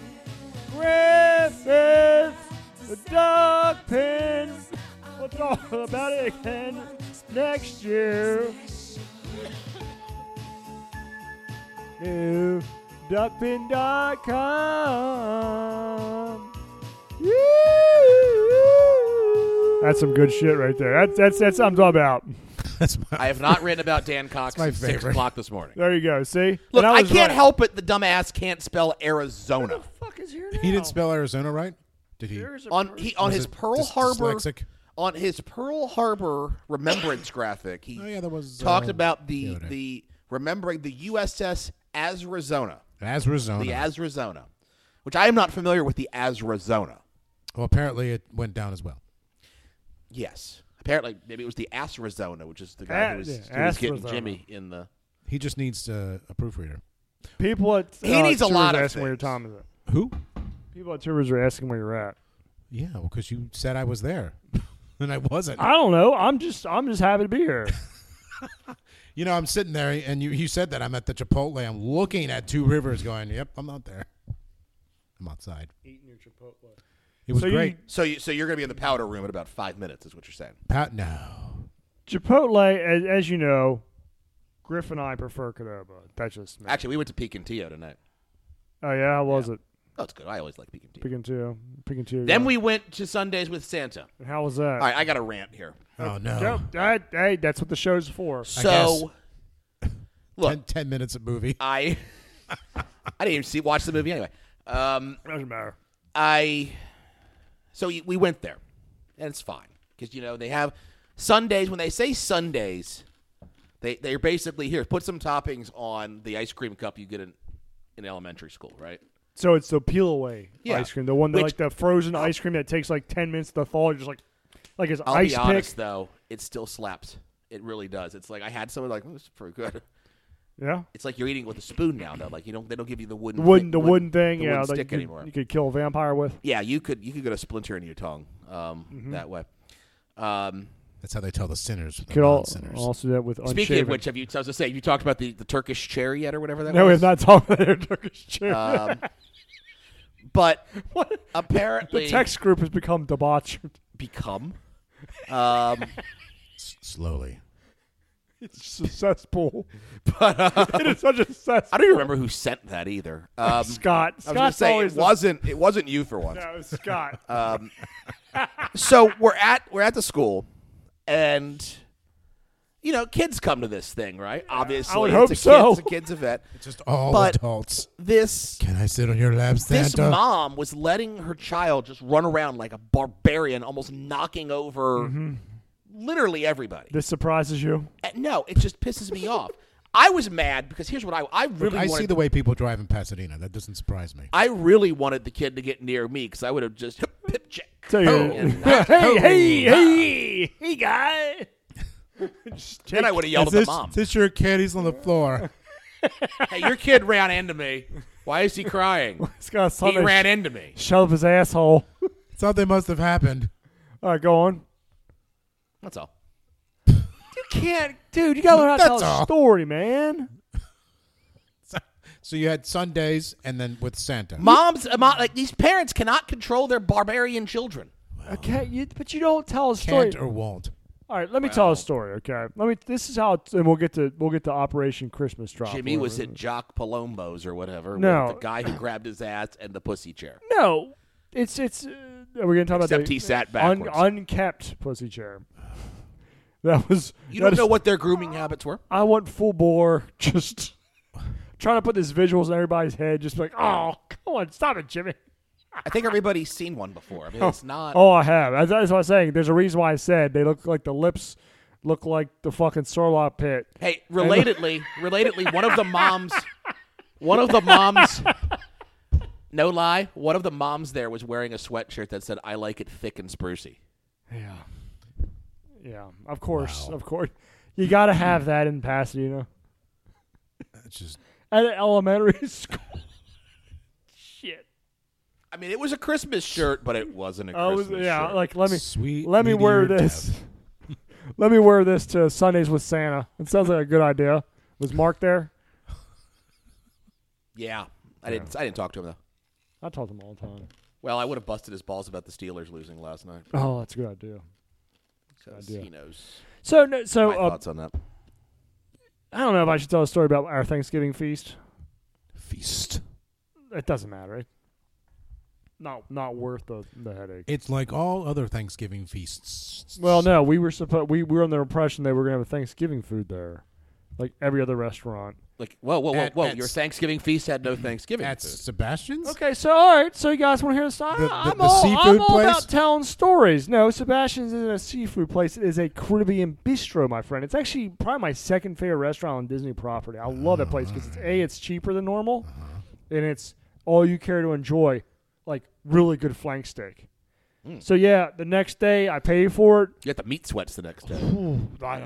Speaker 2: Griffith, the duck pin. We'll talk about it again next year. New duckpin.com. That's some good shit right there. That's that's that's what I'm talking about.
Speaker 3: That's my,
Speaker 4: I have not written about Dan Cox
Speaker 3: my
Speaker 4: since six
Speaker 3: favorite.
Speaker 4: o'clock this morning.
Speaker 2: There you go. See,
Speaker 4: Look,
Speaker 2: And
Speaker 4: I,
Speaker 2: was
Speaker 4: can't
Speaker 2: right.
Speaker 4: help it. The dumbass can't spell Arizona.
Speaker 2: Fuck is here
Speaker 3: [LAUGHS] he
Speaker 2: now?
Speaker 3: didn't spell Arizona right, did he?
Speaker 4: on he on
Speaker 3: Was
Speaker 4: his
Speaker 3: it
Speaker 4: Pearl
Speaker 3: dys-
Speaker 4: Harbor
Speaker 3: dyslexic?
Speaker 4: on his Pearl Harbor
Speaker 3: [COUGHS]
Speaker 4: remembrance graphic. He
Speaker 3: Oh, yeah, that was,
Speaker 4: talked
Speaker 3: uh,
Speaker 4: about
Speaker 3: the
Speaker 4: the
Speaker 3: other day.
Speaker 4: the remembering the USS Arizona,
Speaker 3: Arizona.
Speaker 4: the Arizona, which I am not familiar with the Arizona.
Speaker 3: well, apparently it went down as well.
Speaker 4: Yes, apparently maybe it was the Arizona, which is the guy
Speaker 2: A-
Speaker 4: who was,
Speaker 2: yeah,
Speaker 4: who was getting
Speaker 2: Arizona.
Speaker 4: Jimmy in the.
Speaker 3: He just needs uh, a proofreader.
Speaker 2: People at
Speaker 4: He
Speaker 2: uh,
Speaker 4: needs a
Speaker 2: Tubers
Speaker 4: lot
Speaker 2: are
Speaker 4: of
Speaker 2: asking where your
Speaker 4: things.
Speaker 2: time is at.
Speaker 3: Who?
Speaker 2: People at Tubers are asking where you're at.
Speaker 3: Yeah, because you said I was there. [LAUGHS] and I wasn't.
Speaker 2: I don't know. I'm just I'm just happy to be
Speaker 4: [LAUGHS]
Speaker 2: here.
Speaker 3: You know, I'm sitting there, and you, you said that I'm at the Chipotle. I'm looking at Two Rivers, going, "Yep, I'm not there. I'm outside."
Speaker 2: Eating your Chipotle.
Speaker 3: It was
Speaker 2: So you-
Speaker 3: great.
Speaker 4: So you so you're gonna be in the powder room in about five minutes, is what you're saying.
Speaker 3: Pat, no,
Speaker 2: Chipotle, as, as you know, Griff and I prefer Cadoba. That's just me.
Speaker 4: Actually, we went to Picantillo tonight.
Speaker 2: oh yeah, how was it?
Speaker 4: Oh, it's good. I always like Picantillo.
Speaker 2: Picking two, picking two.
Speaker 4: Then
Speaker 2: yeah.
Speaker 4: we went to Sundays with Santa.
Speaker 2: And how was that?
Speaker 4: All right, I got a rant here.
Speaker 3: oh no.
Speaker 2: Yep, that- hey, that's what the show's for.
Speaker 4: So, look,
Speaker 3: Ten, ten minutes of movie.
Speaker 4: I [LAUGHS] I didn't even see watch the movie anyway. Um,
Speaker 2: Doesn't matter.
Speaker 4: I so we we went there, and it's fine because you know they have Sundays. When they say Sundays, they they're basically here. Put some toppings on the ice cream cup you get in in elementary school, right?
Speaker 2: So it's the peel away
Speaker 4: Yeah.
Speaker 2: ice cream, the one that
Speaker 4: Which-
Speaker 2: like the frozen ice cream that takes like ten minutes to thaw. You're just like, like it's
Speaker 4: I'll
Speaker 2: ice
Speaker 4: be
Speaker 2: pick.
Speaker 4: honest though, it still slaps. It really does. It's like I had someone like, oh, this is pretty good.
Speaker 2: Yeah,
Speaker 4: It's like you're eating with a spoon now though. Like you don't they don't give you the wooden
Speaker 2: the wooden,
Speaker 4: thi-
Speaker 2: the wooden thing.
Speaker 4: the
Speaker 2: yeah,
Speaker 4: wooden
Speaker 2: that you
Speaker 4: stick
Speaker 2: could,
Speaker 4: anymore.
Speaker 2: You could kill a vampire with.
Speaker 4: yeah, you could you could get a splinter in your tongue um,
Speaker 2: Mm-hmm.
Speaker 4: that way. Um,
Speaker 3: That's how they tell the sinners. The
Speaker 2: Could all,
Speaker 3: non-sinners.
Speaker 2: also do that with unshaven.
Speaker 4: speaking of which, have you? I was gonna say, have you talked about the, the Turkish chair yet, or whatever that
Speaker 2: no, we
Speaker 4: was?
Speaker 2: have not talked about their Turkish chair.
Speaker 4: uh, But
Speaker 2: [LAUGHS] What?
Speaker 4: apparently,
Speaker 2: the text group has become debauched.
Speaker 4: become. Um, [LAUGHS]
Speaker 3: S- slowly.
Speaker 2: [LAUGHS] It's a
Speaker 4: [LAUGHS]
Speaker 2: cesspool.
Speaker 4: but uh,
Speaker 2: it is such a cesspool.
Speaker 4: I don't even remember who sent that either. Um,
Speaker 2: Scott.
Speaker 4: I was Uh, gonna
Speaker 2: Scott's
Speaker 4: say
Speaker 2: always [LAUGHS]
Speaker 4: it wasn't it wasn't you for once.
Speaker 2: The, no, it's
Speaker 4: [LAUGHS]
Speaker 2: Scott.
Speaker 4: so we're at we're at the school, and you know, kids come to this thing, right? Obviously,
Speaker 2: I would
Speaker 4: it's
Speaker 2: hope
Speaker 4: a
Speaker 2: so.
Speaker 4: Kid, it's a kids event.
Speaker 3: Just all
Speaker 4: But-
Speaker 3: adults.
Speaker 4: This
Speaker 3: Can I sit on your lap, Santa?
Speaker 4: this mom was letting her child just run around like a barbarian, almost knocking over literally everybody.
Speaker 2: this surprises you.
Speaker 4: Uh, No, it just pisses me off. I was mad because here's what I I really
Speaker 3: I
Speaker 4: wanted
Speaker 3: see the way people drive in Pasadena. That doesn't surprise me.
Speaker 4: I really wanted the kid to get near me because I would have just [LAUGHS] hip, hip check.
Speaker 2: Tell you,
Speaker 4: And I-
Speaker 2: hey, hey, [LAUGHS] hey, hey, guy.
Speaker 4: [LAUGHS] then I would have yelled
Speaker 3: is
Speaker 4: at the
Speaker 3: this,
Speaker 4: mom.
Speaker 3: this your kid? He's on the floor.
Speaker 4: Hey, your kid ran into me. Why is he crying?
Speaker 2: Scott's
Speaker 4: he
Speaker 2: trying to
Speaker 4: ran into me.
Speaker 2: sh- shove his asshole.
Speaker 3: Something must have happened.
Speaker 2: All right, go on.
Speaker 4: That's all.
Speaker 2: You can't, dude. You gotta learn how to
Speaker 3: That's
Speaker 2: tell
Speaker 3: all.
Speaker 2: a story, man.
Speaker 3: So you had Sundays and then with Santa.
Speaker 4: Moms, uh, mom, like these parents cannot control their barbarian children.
Speaker 2: Okay, you, but you don't tell a story.
Speaker 3: Can't or won't.
Speaker 2: All right, let me tell a story. Okay, let me. This is how, it's, and we'll get to we'll get to Operation Christmas Drop.
Speaker 4: Jimmy
Speaker 2: or
Speaker 4: was
Speaker 2: whatever.
Speaker 4: at Jock Palombo's or whatever.
Speaker 2: Oh, No.
Speaker 4: With the guy who grabbed his ass and the
Speaker 2: [LAUGHS]
Speaker 4: pussy chair.
Speaker 2: No, it's it's. Uh, are we gonna talk about
Speaker 4: Except
Speaker 2: the
Speaker 4: he sat
Speaker 2: un,
Speaker 4: backwards.
Speaker 2: unkept pussy chair? [SIGHS] That was. that
Speaker 4: You don't
Speaker 2: is-
Speaker 4: know what their grooming habits were?
Speaker 2: I want full bore. [LAUGHS] Just trying to put these visuals in everybody's head. Just like, oh, come on, stop it, Jimmy.
Speaker 4: I think everybody's seen one before. I mean, it's not.
Speaker 2: Oh, I have. That's, that's what I'm saying. There's a reason why I said they look like the lips look like the fucking Sorlock pit.
Speaker 4: Hey, relatedly, relatedly, one of the moms, one of the moms, no lie, one of the moms there was wearing a sweatshirt that said "I like it thick and sprucey."
Speaker 2: Yeah. Yeah. Of course. Of course. You got to have that in Pasadena
Speaker 3: It's just
Speaker 2: at an elementary [LAUGHS] school. Shit.
Speaker 4: I mean, it was a Christmas shirt, but it wasn't
Speaker 2: [LAUGHS]
Speaker 4: a
Speaker 2: I was
Speaker 4: Christmas
Speaker 2: yeah.
Speaker 4: shirt.
Speaker 2: Like let me
Speaker 3: sweet.
Speaker 2: let me wear
Speaker 3: meteor
Speaker 2: this.
Speaker 3: death.
Speaker 2: [LAUGHS] let me wear this to Sundays with Santa. It sounds like a good idea. Was Mark there?
Speaker 4: yeah, I didn't. I didn't talk to him though.
Speaker 2: I talk to him all the time.
Speaker 4: Well, I would have busted his balls about the Steelers losing last night.
Speaker 2: Oh, that's a good idea.
Speaker 4: 'cause
Speaker 2: idea.
Speaker 4: He knows
Speaker 2: So no, so
Speaker 4: my
Speaker 2: uh,
Speaker 4: thoughts on that.
Speaker 2: I don't know if I should tell a story about our Thanksgiving feast.
Speaker 3: feast.
Speaker 2: It doesn't matter. It, not not worth the, the headache.
Speaker 3: It's like all other Thanksgiving feasts.
Speaker 2: Well, no, we were supposed we, we were under the impression they were gonna have a Thanksgiving food there, like every other restaurant.
Speaker 4: Like, whoa, whoa, whoa,
Speaker 3: At-
Speaker 4: whoa!
Speaker 3: at-
Speaker 4: Your Thanksgiving feast had [CLEARS THROAT] no Thanksgiving.
Speaker 3: at
Speaker 4: food.
Speaker 3: Sebastian's.
Speaker 2: Okay, so all right, so you guys want to hear the story?
Speaker 3: The- the-
Speaker 2: I'm
Speaker 3: the
Speaker 2: all, I'm
Speaker 3: seafood
Speaker 2: all
Speaker 3: place?
Speaker 2: about telling stories. No, Sebastian's isn't a seafood place. It is a Caribbean bistro, my friend. It's actually probably my second favorite restaurant on Disney property. I love that place because it's a it's cheaper than normal,
Speaker 3: Uh-huh.
Speaker 2: and it's all you care to enjoy, like really good flank steak.
Speaker 3: Hmm.
Speaker 2: So yeah, the next day I pay for it.
Speaker 4: You got the meat sweats the next day.
Speaker 2: Ooh, I,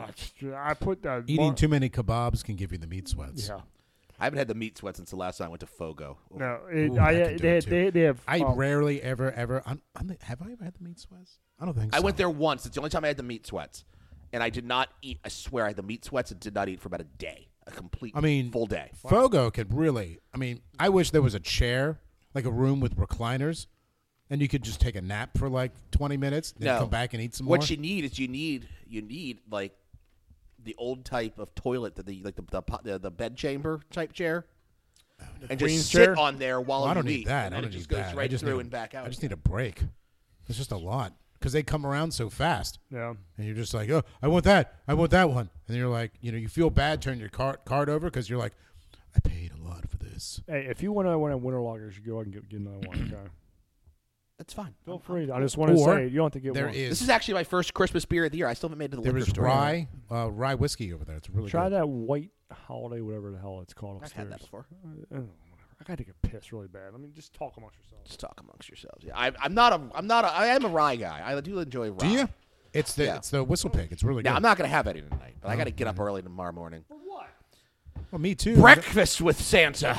Speaker 2: I put that
Speaker 3: Eating too many kebabs can give you the meat sweats.
Speaker 2: Yeah.
Speaker 4: [LAUGHS] I haven't had the meat sweat since the last time I went to Fogo.
Speaker 2: No, it,
Speaker 3: Ooh, I
Speaker 2: I,
Speaker 3: could do
Speaker 2: they,
Speaker 3: it
Speaker 2: had,
Speaker 3: too.
Speaker 2: they, they have.
Speaker 3: I
Speaker 2: um,
Speaker 3: rarely ever ever. I'm, I'm, have I ever had the meat sweats? I don't think
Speaker 4: I
Speaker 3: so.
Speaker 4: went there once. It's the only time I had the meat sweats, and I did not eat. I swear, I had the meat sweats and did not eat for about a day, a complete.
Speaker 3: I mean,
Speaker 4: full day.
Speaker 3: Fogo could really. I mean, I wish there was a chair, like a room with recliners, and you could just take a nap for like 20 minutes, then
Speaker 4: No.
Speaker 3: come back and eat some more.
Speaker 4: What you need is you need you need like the old type of toilet that the like the the, po- the, the bed chamber type chair,
Speaker 3: Oh,
Speaker 4: and
Speaker 2: queen's
Speaker 4: just sit
Speaker 2: chair?
Speaker 4: on there while
Speaker 3: Well,
Speaker 4: you
Speaker 3: I don't
Speaker 4: eat,
Speaker 3: need that.
Speaker 4: and
Speaker 3: I
Speaker 4: then
Speaker 3: don't
Speaker 4: it
Speaker 3: need
Speaker 4: just goes
Speaker 3: that. I
Speaker 4: right
Speaker 3: just
Speaker 4: through
Speaker 3: need a-
Speaker 4: and back out.
Speaker 3: I just need a break. It's just a lot because they come around so fast,
Speaker 2: Yeah.
Speaker 3: and you're just like, oh, I want that, I want that one, and you're like, you know, you feel bad turning your card card over because you're like, I paid a lot for this.
Speaker 2: Hey, if you want to win a winter logger, you should go out and get, get another one. Okay.
Speaker 4: That's fine.
Speaker 2: Feel free. I just want to
Speaker 3: Or
Speaker 2: say you don't have to get
Speaker 3: There
Speaker 2: one.
Speaker 4: This
Speaker 3: is
Speaker 4: is actually my first Christmas beer of the year. I still haven't made it to the
Speaker 3: there
Speaker 4: liquor
Speaker 3: is
Speaker 4: store.
Speaker 3: rye uh, rye whiskey over there. It's really
Speaker 2: Try
Speaker 3: good.
Speaker 2: that white holiday, whatever the hell it's called
Speaker 4: I've
Speaker 2: upstairs.
Speaker 4: had that before.
Speaker 2: I don't know, whatever. I got to get pissed really bad. I mean, just talk amongst yourselves.
Speaker 4: Just talk amongst yourselves. Yeah, I, I'm not a. I'm not. A, I am a rye guy. I do enjoy rye.
Speaker 3: Do you? It's the
Speaker 4: Yeah.
Speaker 3: it's the whistle pig. It's really
Speaker 4: Now
Speaker 3: good.
Speaker 4: I'm not gonna have any tonight, but I got to get up early tomorrow morning.
Speaker 3: well, me too.
Speaker 4: Breakfast with Santa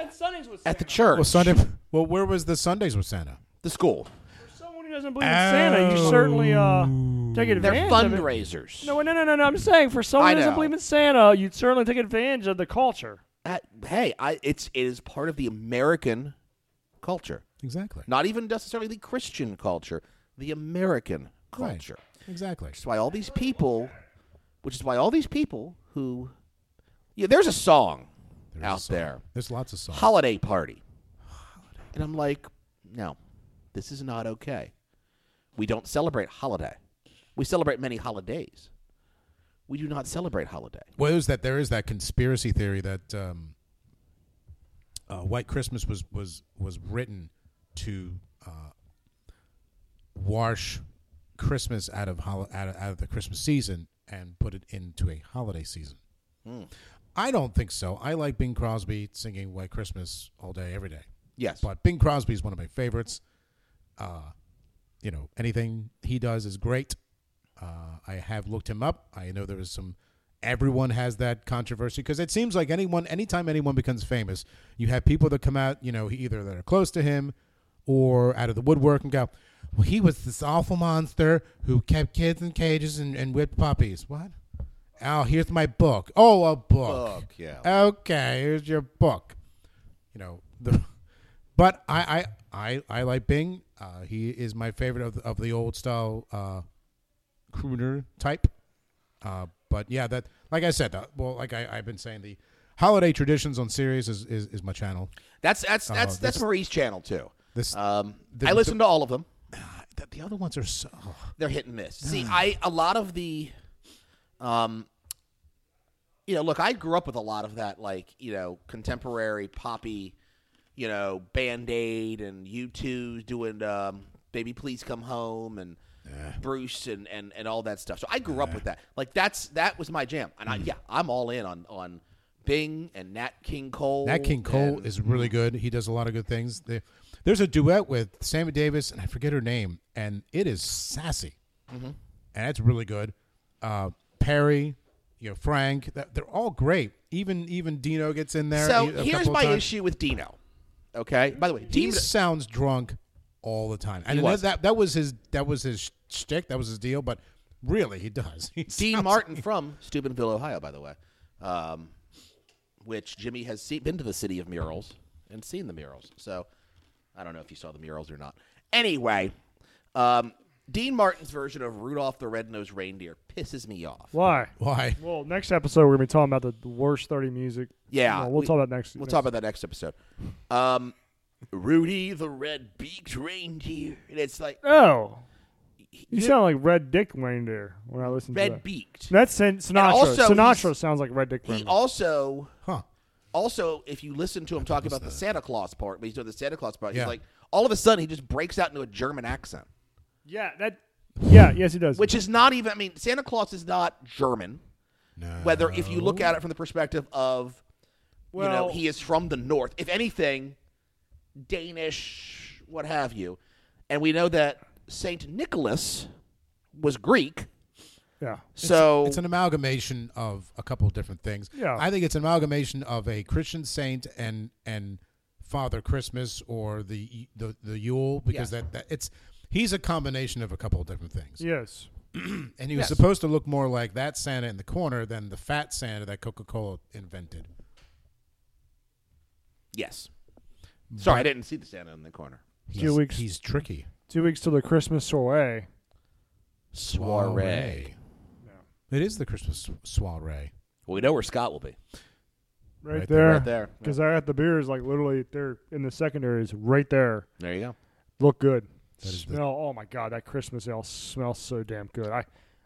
Speaker 2: And Sundays with
Speaker 4: at the church.
Speaker 3: Well, Sunday. Well, where was the Sundays with Santa?
Speaker 4: the school.
Speaker 2: someone who doesn't believe in Santa, you certainly uh take
Speaker 4: They're
Speaker 2: advantage of it.
Speaker 4: fundraisers.
Speaker 2: No, no, no, no, no. I'm saying for someone
Speaker 4: I
Speaker 2: who doesn't
Speaker 4: know.
Speaker 2: believe in Santa, you'd certainly take advantage of the culture.
Speaker 4: Uh, hey, I, it's it is part of the American culture,
Speaker 3: Exactly.
Speaker 4: not even necessarily the Christian culture, the American
Speaker 3: Right.
Speaker 4: culture.
Speaker 3: Exactly.
Speaker 4: Which is why all these people, which is why all these people who, yeah, there's a song
Speaker 3: There's
Speaker 4: out
Speaker 3: a song.
Speaker 4: there,
Speaker 3: There's lots of songs.
Speaker 4: holiday party, and I'm like, no, this is not okay. We don't celebrate holiday. We celebrate many holidays. We do not celebrate holiday.
Speaker 3: Well, is that there is that conspiracy theory that um, uh, White Christmas was was was written to uh, wash Christmas out of, hol- out of out of the Christmas season and put it into a holiday season. I don't think so. I like Bing Crosby singing White Christmas all day, every day.
Speaker 4: Yes,
Speaker 3: But Bing Crosby is one of my favorites. Uh, you know, anything he does is great. Uh, I have looked him up. I know there is some. Everyone has that controversy because it seems like anyone, anytime anyone becomes famous, you have people that come out. You know, either that are close to him or out of the woodwork and go, "Well, he was this awful monster who kept kids in cages and, and whipped puppies." What? Oh, here's my book. Oh, a book.
Speaker 4: Book, yeah.
Speaker 3: Okay, here's your book you know the [LAUGHS] but i i i, I like bing uh, he is my favorite of the, of the old style uh crooner type uh but yeah that like i said uh, well like I, i've been saying the holiday traditions on Sirius is, is is my channel
Speaker 4: that's that's that's that's
Speaker 3: Oh, this-
Speaker 4: Marie's channel too.
Speaker 3: this
Speaker 4: Um,
Speaker 3: The-
Speaker 4: I listen to all of them.
Speaker 3: the, the other ones are so oh,
Speaker 4: They're hit and miss. See, I a lot of the, um, you know, look, I grew up with a lot of that, like you know, contemporary poppy, you know, Band Aid and U two doing um, "Baby Please Come Home" and Bruce and, and and all that stuff. So I grew up with that. Like that's that was my jam, and I,
Speaker 3: Hmm.
Speaker 4: yeah, I'm all in on on Bing and Nat King Cole.
Speaker 3: Nat King Cole
Speaker 4: and-
Speaker 3: is really good. He does a lot of good things. There- There's a duet with Sammy Davis, and I forget her name, and it is sassy,
Speaker 4: Mm-hmm.
Speaker 3: and that's really good. Uh, Perry, you know Frank, that, they're all great. Even even Dino gets in there.
Speaker 4: So
Speaker 3: a
Speaker 4: here's
Speaker 3: couple of
Speaker 4: my
Speaker 3: times.
Speaker 4: issue with Dino. Okay. By the way,
Speaker 3: He
Speaker 4: Dino,
Speaker 3: sounds drunk all the time, and
Speaker 4: was.
Speaker 3: that, that that was his that was his shtick. That was his deal. But really, he does. [LAUGHS] He
Speaker 4: Dean
Speaker 3: sounds-
Speaker 4: Martin from Steubenville, Ohio, by the way, um, which Jimmy has seen, been to the city of murals and seen the murals. So I don't know if you saw the murals or not. Anyway, um, Dean Martin's version of Rudolph the Red-Nosed Reindeer pisses me off.
Speaker 2: Why?
Speaker 3: Why?
Speaker 2: Well, next episode we're gonna be talking about the, the worst thirty music.
Speaker 4: Yeah,
Speaker 2: Well, we'll
Speaker 4: we-
Speaker 2: talk about next.
Speaker 4: We'll talk about that next episode. Um, Rudy the Red-Beaked Reindeer, and it's like
Speaker 2: Oh, you sound like Red Dick Reindeer when I listen to that.
Speaker 4: red-beaked.
Speaker 2: That's Sin- Sinatra.
Speaker 4: also
Speaker 2: Sinatra
Speaker 4: he's-
Speaker 2: sounds like Red Dick
Speaker 4: He
Speaker 2: Reindeer.
Speaker 4: also
Speaker 3: Huh?
Speaker 4: also, if you listen to him talk about the Santa Claus part, when he's doing the Santa Claus part,
Speaker 3: Yeah.
Speaker 4: he's like, all of a sudden, he just breaks out into a German accent,
Speaker 2: yeah, that. Yeah, yes, he does.
Speaker 4: which is not even. I mean, Santa Claus is not German.
Speaker 3: No.
Speaker 4: Whether if you look at it from the perspective of, you know,
Speaker 2: Well-
Speaker 4: he is from the north. If anything, Danish, what have you, and we know that Saint Nicholas was Greek,
Speaker 2: Yeah.
Speaker 4: So
Speaker 3: It's an amalgamation of a couple of different things.
Speaker 2: Yeah.
Speaker 3: I think it's an amalgamation of a Christian saint and and Father Christmas or the the the Yule because that, that it's he's a combination of a couple of different things.
Speaker 2: Yes.
Speaker 3: And he was
Speaker 4: Yes.
Speaker 3: supposed to look more like that Santa in the corner than the fat Santa that Coca-Cola invented.
Speaker 4: yes. Sorry, I didn't see the Santa in the corner.
Speaker 3: He's,
Speaker 2: weeks-
Speaker 3: he's tricky.
Speaker 2: Two weeks till the Christmas soiree.
Speaker 4: Soiree.
Speaker 3: It is the Christmas soiree.
Speaker 4: Well, we know where Scott will be.
Speaker 2: Right,
Speaker 3: Right there.
Speaker 2: there.
Speaker 4: Right there.
Speaker 2: Because I got the beers like literally they're in the secondaries right there.
Speaker 4: There you go.
Speaker 2: Look good.
Speaker 3: That is the-
Speaker 2: smell. oh my god, that Christmas ale smells so damn good. I,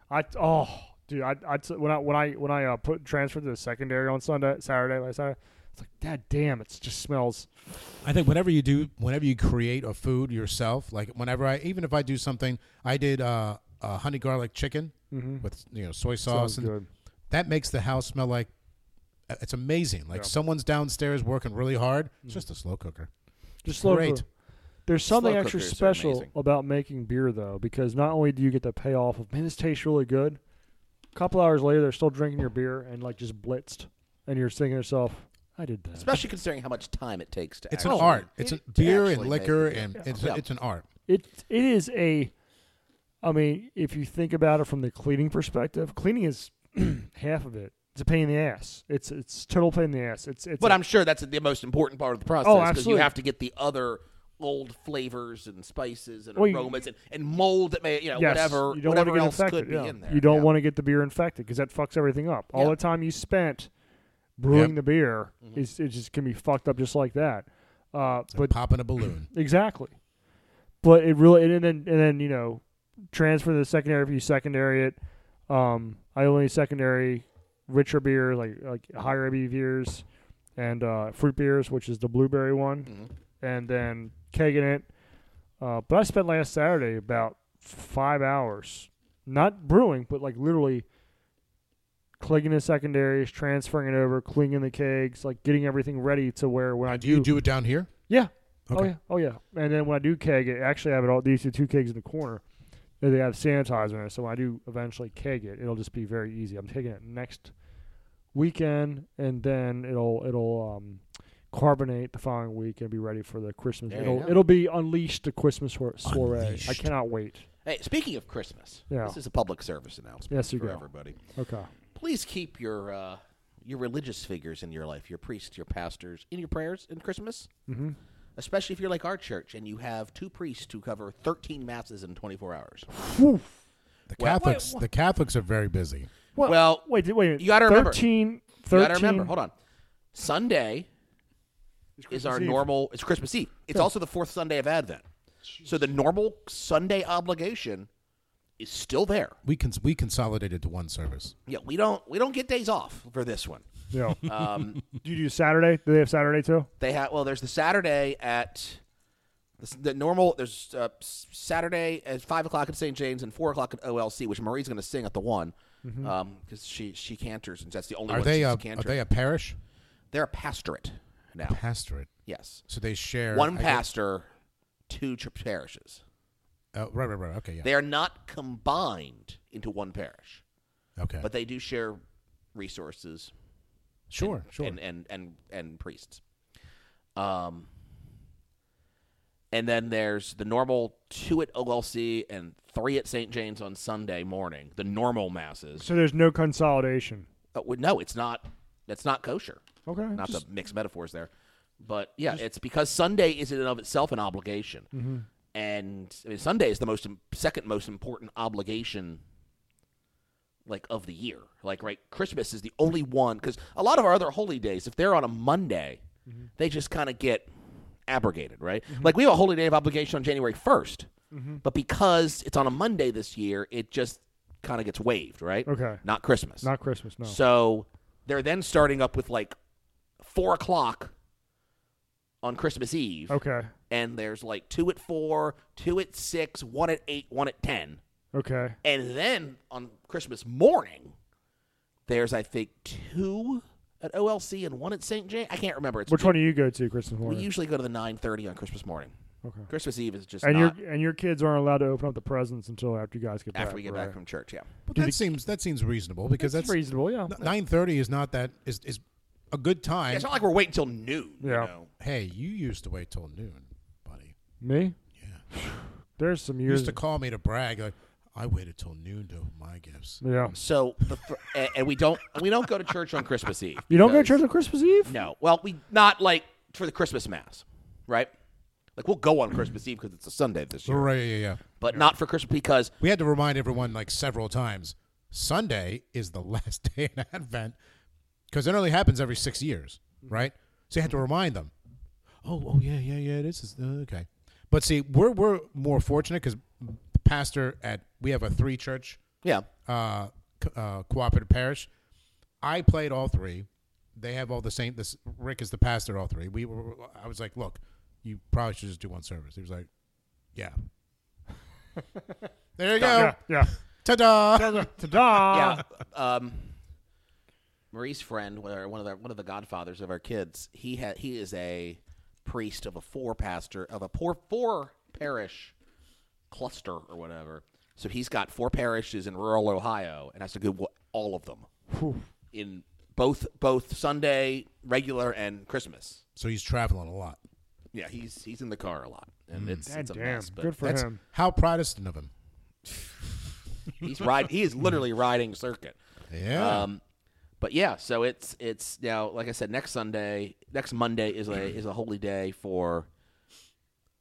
Speaker 2: I oh dude, I, I t- when I when I when I uh, put transferred to the secondary on Sunday Saturday last Saturday, it's like god damn, it just smells.
Speaker 3: I think whenever you do, whenever you create a food yourself, like whenever I, even if I do something, I did uh, a honey garlic chicken with you know soy sauce,
Speaker 2: Smells
Speaker 3: and
Speaker 2: Mm-hmm. good.
Speaker 3: that makes the house smell like uh, it's amazing. Like someone's downstairs working really hard. It's
Speaker 2: Mm.
Speaker 3: just a slow cooker.
Speaker 2: Just slow
Speaker 3: Great.
Speaker 2: cook. There's something
Speaker 4: Slow
Speaker 2: extra
Speaker 4: cookers are
Speaker 2: special
Speaker 4: amazing.
Speaker 2: about making beer though, because not only do you get the payoff of man, this tastes really good. A couple hours later, they're still drinking your beer and like just blitzed, and you're thinking to yourself, "I did that."
Speaker 4: Especially considering how much time Oh, it takes to.
Speaker 3: It's
Speaker 4: actually,
Speaker 3: an art. It's a
Speaker 4: to
Speaker 3: beer
Speaker 4: actually
Speaker 3: and
Speaker 4: make
Speaker 3: liquor,
Speaker 4: it.
Speaker 3: and it's
Speaker 4: Yeah.
Speaker 3: it's an art.
Speaker 2: It it is a I mean, if you think about it from the cleaning perspective, cleaning is [CLEARS THROAT] half of it. It's a pain in the ass. It's it's total pain in the ass. It's it's
Speaker 4: But
Speaker 2: a-
Speaker 4: I'm sure that's the most important part of the process
Speaker 2: Oh,
Speaker 4: because you
Speaker 2: absolutely.
Speaker 4: have to get the other old flavors and spices and
Speaker 2: Well, you-
Speaker 4: aromas and, and mold that may you know
Speaker 2: yes,
Speaker 4: whatever
Speaker 2: you don't
Speaker 4: whatever
Speaker 2: want to get
Speaker 4: else
Speaker 2: infected.
Speaker 4: could
Speaker 2: yeah.
Speaker 4: be in there.
Speaker 2: You don't
Speaker 4: Yeah.
Speaker 2: want to get the beer infected because that fucks everything up. All
Speaker 4: Yeah. Mm-hmm.
Speaker 2: the time you spent brewing
Speaker 3: Yep.
Speaker 2: the beer is it just can be fucked up just like that. Uh,
Speaker 3: It's
Speaker 2: but
Speaker 3: like popping a balloon.
Speaker 2: Exactly. But it really and then and then you know transfer to the secondary if you secondary it. Um, I only secondary richer beer like like higher ABV beers and uh, fruit beers, which is the blueberry one,
Speaker 3: Mm-hmm.
Speaker 2: and then kegging it. Uh, but I spent last Saturday about five hours not brewing, but like literally clicking the secondaries, transferring it over, cleaning the kegs, like getting everything ready to where when I
Speaker 3: Do you do it down here?
Speaker 2: yeah. Oh
Speaker 3: Okay.
Speaker 2: yeah. Oh yeah. And then when I do keg it, actually I have it all these are two kegs in the corner. and They have sanitizer in it, so when I do eventually keg it, it'll just be very easy. I'm taking it next weekend, and then it'll it'll um, carbonate the following week and be ready for the Christmas.
Speaker 4: There you
Speaker 2: it'll
Speaker 4: go.
Speaker 2: it'll be unleashed to Christmas soir- soiree. I
Speaker 3: Unleashed.
Speaker 2: cannot wait.
Speaker 4: Hey, speaking of Christmas,
Speaker 2: Yeah.
Speaker 4: this is a public service announcement
Speaker 2: Yes, you
Speaker 4: for
Speaker 2: go.
Speaker 4: everybody.
Speaker 2: Okay.
Speaker 4: Please keep your uh, your religious figures in your life, your priests, your pastors, in your prayers in Christmas. Mm-hmm. Especially if you're like our church and you have two priests who cover 13 masses in 24 hours.
Speaker 3: The
Speaker 4: Well-
Speaker 3: Catholics. The Catholics are very busy.
Speaker 2: Well,
Speaker 4: Well,
Speaker 2: wait, di- wait a minute.
Speaker 4: you gotta remember-
Speaker 2: 13,
Speaker 4: You
Speaker 2: 13
Speaker 4: gotta remember, hold on. Sunday is our
Speaker 2: Eve.
Speaker 4: normal. It's Christmas Eve. It's also the fourth Sunday of Advent. So the normal Sunday obligation is still there.
Speaker 3: We cons- we consolidated to one service.
Speaker 4: Yeah, we don't we don't get days off for
Speaker 3: [LAUGHS]
Speaker 4: this one. Um,
Speaker 2: Yeah. [LAUGHS] do you do Saturday? Do they have Saturday too?
Speaker 4: They have well, there's the Saturday at the, s- the normal. There's uh, s- Saturday at five o'clock at St. James and four o'clock at OLC, which Marie's going to sing at the one because she she canters and that's the only
Speaker 3: Mm-hmm. Are
Speaker 4: one
Speaker 3: they
Speaker 4: she's
Speaker 3: a
Speaker 4: a
Speaker 3: are
Speaker 4: cantor.
Speaker 3: they a parish?
Speaker 4: They're a pastorate now.
Speaker 3: Pastorate.
Speaker 4: yes,
Speaker 3: So they share
Speaker 4: one
Speaker 3: I guess-
Speaker 4: pastor, two ch- parishes.
Speaker 3: Oh, right, right, right. Okay, yeah.
Speaker 4: They are not combined into one parish,
Speaker 3: okay,
Speaker 4: but they do share resources
Speaker 3: sure, sure.
Speaker 4: and, and and and priests. Um, and then there's the normal two at OLC and three at St. James on Sunday morning. The normal masses.
Speaker 2: So there's no consolidation.
Speaker 4: Uh, well, no, it's not. That's not kosher.
Speaker 2: Okay.
Speaker 4: Not the mixed metaphors there, but yeah, it's because Sunday is in and of itself an obligation, and I mean, Sunday is the most im- second most important obligation like of the year. Like right, Christmas is the only one because a lot of our other holy days, if they're on a Monday, they just kind of get abrogated, right? Like we have a holy day of obligation on January 1st but because it's on a Monday this year, it just kind of gets waived, right?
Speaker 2: Okay.
Speaker 4: not Christmas,
Speaker 2: Not Christmas. No.
Speaker 4: so they're then starting up with like four o'clock on Christmas Eve,
Speaker 2: Okay.
Speaker 4: and there's like two at four, two at six, one at eight, one at ten,
Speaker 2: Okay.
Speaker 4: and then on Christmas morning, there's I think two at OLC and one at St. James. I can't remember. It's
Speaker 2: Which one do you go to, Christmas
Speaker 4: we
Speaker 2: morning?
Speaker 4: usually go to the nine thirty on Christmas morning.
Speaker 2: Okay.
Speaker 4: Christmas Eve is just
Speaker 2: And your
Speaker 4: not
Speaker 2: and your kids aren't allowed to open up the presents until after you guys get back.
Speaker 4: after we get
Speaker 2: right?
Speaker 4: back from church. Yeah,
Speaker 3: But
Speaker 2: Do
Speaker 3: that
Speaker 2: the-
Speaker 3: seems that seems reasonable because
Speaker 2: That's
Speaker 3: that's
Speaker 2: reasonable. Yeah.
Speaker 3: nine thirty is not that is is a good
Speaker 4: Yeah,
Speaker 3: time.
Speaker 4: it's not like we're waiting till noon. you
Speaker 2: Yeah.
Speaker 4: know?
Speaker 3: hey, you used to wait till noon, buddy.
Speaker 2: Me?
Speaker 3: Yeah.
Speaker 2: [SIGHS] There's some
Speaker 3: You
Speaker 2: years.
Speaker 3: used to call me to brag like I waited till noon to open my gifts.
Speaker 2: yeah.
Speaker 4: So, the fir- and, and we don't we don't go to church on Christmas Eve.
Speaker 2: You don't go to
Speaker 4: because-
Speaker 2: church on Christmas Eve?
Speaker 4: No. Well, we not like for the Christmas mass, right? Like we'll go on Christmas Eve because it's a Sunday this year,
Speaker 3: Right, yeah, yeah.
Speaker 4: but not for Christmas because
Speaker 3: We had to remind everyone like several times. Sunday is the [LAUGHS] last day in Advent because it only happens every six years, right? So you had to remind them. Oh, oh yeah, yeah, yeah. This is uh, okay. But see, we're we're more fortunate because pastor at we have a three church
Speaker 4: yeah,
Speaker 3: uh, co- uh, cooperative parish. I played all three. They have all the same. This Rick is the pastor. of All three. We were. I was like, look, you probably should just do one service. He was like,
Speaker 2: [LAUGHS]
Speaker 3: yeah. there you go.
Speaker 2: Yeah.
Speaker 4: [LAUGHS]
Speaker 2: Yeah. [LAUGHS]
Speaker 3: Ta-da!
Speaker 2: Ta-da!
Speaker 4: yeah. Um, Marie's friend, one of our- one of the one of the godfathers of our kids, he ha- he is a priest of a four pastor of a poor four parish cluster or whatever. So he's got four parishes in rural Ohio and has to go wa- all of them in both both Sunday regular and Christmas.
Speaker 3: So he's traveling a lot.
Speaker 4: Yeah, he's he's in the car a lot, and it's,
Speaker 2: God
Speaker 4: it's a
Speaker 2: damn.
Speaker 4: mess. But
Speaker 2: Good for
Speaker 3: That's
Speaker 2: him.
Speaker 3: how Protestant of him.
Speaker 4: he's ride he is literally riding circuit.
Speaker 3: Yeah.
Speaker 4: Um, but yeah, so it's it's now like I said, next Sunday, next Monday is a is a holy day for.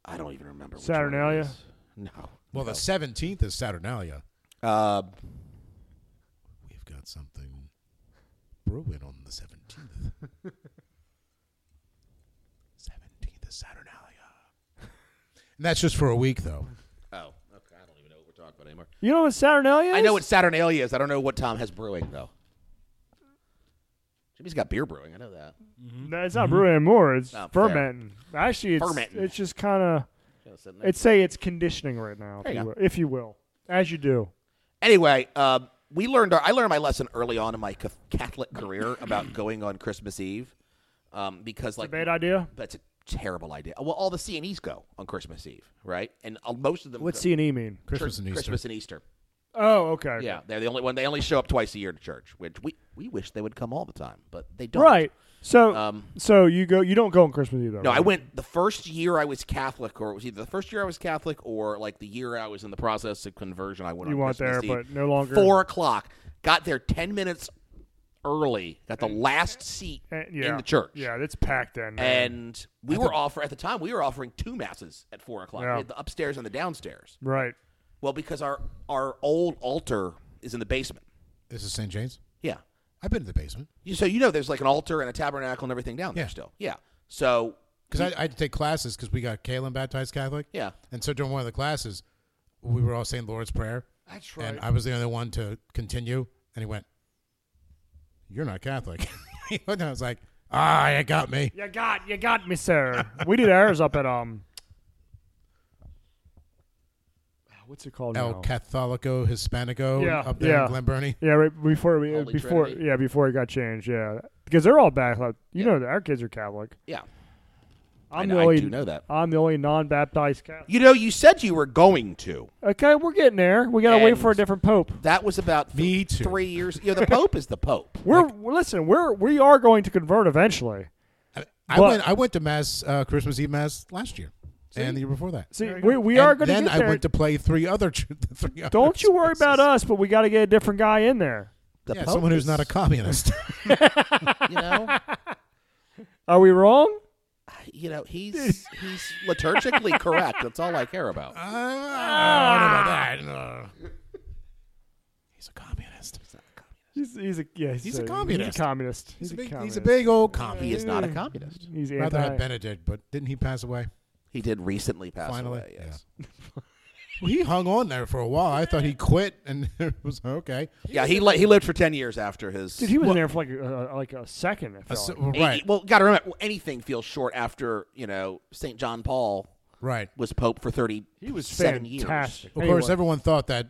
Speaker 4: I don't even remember. Which one it
Speaker 2: Saturnalia?
Speaker 4: is. No.
Speaker 3: well, the seventeenth is Saturnalia.
Speaker 4: Uh,
Speaker 3: We've got something brewing on the seventeenth. Seventeenth is Saturnalia. And that's just for a week, though.
Speaker 4: oh, okay. I don't even know what we're talking about anymore.
Speaker 2: You know what Saturnalia is?
Speaker 4: I know what Saturnalia is. I don't know what Tom has brewing though. Jimmy's got beer brewing. I know that.
Speaker 2: No, it's not brewing anymore. It's
Speaker 4: Oh, fair.
Speaker 2: fermenting. Actually, it's
Speaker 4: Fermenting.
Speaker 2: it's just kind of
Speaker 4: Kinda sitting there.
Speaker 2: it's say it's conditioning right now, if
Speaker 4: There
Speaker 2: you,
Speaker 4: you
Speaker 2: will, if you will, as you do.
Speaker 4: Anyway, um, we learned our, I learned my lesson early on in my ca- Catholic career about going on Christmas Eve, um, because like
Speaker 2: Bad idea.
Speaker 4: that's a terrible idea. Well, all the CNEs go on Christmas Eve, right? And uh, most of them
Speaker 2: What's
Speaker 4: go-
Speaker 2: C and E mean?
Speaker 3: Christmas and Easter.
Speaker 4: Christmas and Easter.
Speaker 2: Oh, okay.
Speaker 4: Yeah, they're the only one. They only show up twice a year to church, which we we wish they would come all the time, but they don't.
Speaker 2: Right. So,
Speaker 4: Um,
Speaker 2: so you go. You don't go on Christmas Eve, though.
Speaker 4: No, I
Speaker 2: right?
Speaker 4: went the first year I was Catholic, or it was either the first year I was Catholic, or like the year I was in the process of conversion. I went.
Speaker 2: You
Speaker 4: on
Speaker 2: weren't
Speaker 4: Christmas
Speaker 2: there,
Speaker 4: Eve.
Speaker 2: but no longer-
Speaker 4: Four o'clock. Got there ten minutes early. Got the last seat
Speaker 2: Eh, yeah.
Speaker 4: in the church.
Speaker 2: Yeah, it's packed then. man.
Speaker 4: And we were offer at the time we were offering two masses at four o'clock.
Speaker 2: Yeah.
Speaker 4: We had the upstairs and the downstairs.
Speaker 2: right.
Speaker 4: Well, because our our old altar is in the basement.
Speaker 3: This is St. James.
Speaker 4: Yeah.
Speaker 3: I've been to the basement
Speaker 4: You, so you know there's like an altar and a tabernacle and everything down there
Speaker 3: Yeah.
Speaker 4: still. Yeah. So
Speaker 3: because I, I had to take classes because we got Kalen baptized Catholic.
Speaker 4: Yeah.
Speaker 3: And so during one of the classes, we were all saying Lord's Prayer.
Speaker 2: That's
Speaker 3: And I was the only one to continue. And he went, You're not Catholic. [LAUGHS] and I was like, Ah, you got me.
Speaker 2: you got, you got me, sir. we did ours up at um. ah, What's it called?
Speaker 3: El
Speaker 2: now?
Speaker 3: Catholico Hispanico
Speaker 2: Yeah,
Speaker 3: up there
Speaker 2: yeah.
Speaker 3: in Glen Burnie.
Speaker 2: Yeah, right before we uh,
Speaker 4: Holy
Speaker 2: before
Speaker 4: Trinity.
Speaker 2: yeah before it got changed. Yeah, because they're all back. Like, you know that our kids are Catholic.
Speaker 4: yeah.
Speaker 2: I'm
Speaker 4: know-
Speaker 2: the
Speaker 4: I
Speaker 2: only
Speaker 4: do know that.
Speaker 2: I'm the only non-baptized Catholic.
Speaker 4: You know, you said you were going to.
Speaker 2: Okay, we're getting there. We gotta wait
Speaker 4: And-
Speaker 2: for a different pope.
Speaker 4: That was about th-
Speaker 3: Me too.
Speaker 4: three years. You know, the Pope is the Pope.
Speaker 2: We're listen. We're we are going to convert eventually.
Speaker 3: I, I
Speaker 2: But-
Speaker 3: went I went to Mass, uh, Christmas Eve Mass last year and the year before that.
Speaker 2: See, we, we are
Speaker 3: And
Speaker 2: going to
Speaker 3: then
Speaker 2: get
Speaker 3: I
Speaker 2: there.
Speaker 3: went to play three other. ch- [LAUGHS] Three other
Speaker 2: Don't you worry about
Speaker 3: services.
Speaker 2: us, but we got to get a different guy in there.
Speaker 4: The
Speaker 3: Yeah,
Speaker 4: Pope
Speaker 3: someone who's
Speaker 4: is-
Speaker 3: not
Speaker 2: [LAUGHS]
Speaker 3: a communist. Uh, [LAUGHS]
Speaker 4: you know,
Speaker 2: Are we wrong?
Speaker 4: you know, he's he's liturgically correct. That's all I care about.
Speaker 3: I don't know about that. No.
Speaker 2: Ah.
Speaker 3: [LAUGHS] He's a communist.
Speaker 2: He's, he's a yeah. He's,
Speaker 3: He's a
Speaker 2: He's
Speaker 3: communist.
Speaker 2: a communist.
Speaker 3: He's a big,
Speaker 2: communist.
Speaker 3: he's a big old communist.
Speaker 4: He is not a communist.
Speaker 2: He's
Speaker 3: Rather
Speaker 2: anti.
Speaker 3: had Benedict, but didn't he pass away?
Speaker 4: He did recently pass
Speaker 3: Finally,
Speaker 4: away. Yes.
Speaker 3: Well, he hung on there for a while. I thought he quit, and [LAUGHS] it was okay.
Speaker 4: Yeah, he li- he lived for ten years after his.
Speaker 2: Dude, he was in there for like a, a- like a second. I felt
Speaker 3: So-
Speaker 2: like.
Speaker 3: well, right,
Speaker 4: Well, got to remember, anything feels short after you know Saint John Paul
Speaker 3: right.
Speaker 4: was Pope for thirty.
Speaker 2: He was
Speaker 4: seven
Speaker 2: fantastic.
Speaker 3: Of
Speaker 2: Hey,
Speaker 3: course,
Speaker 2: what-
Speaker 3: everyone thought that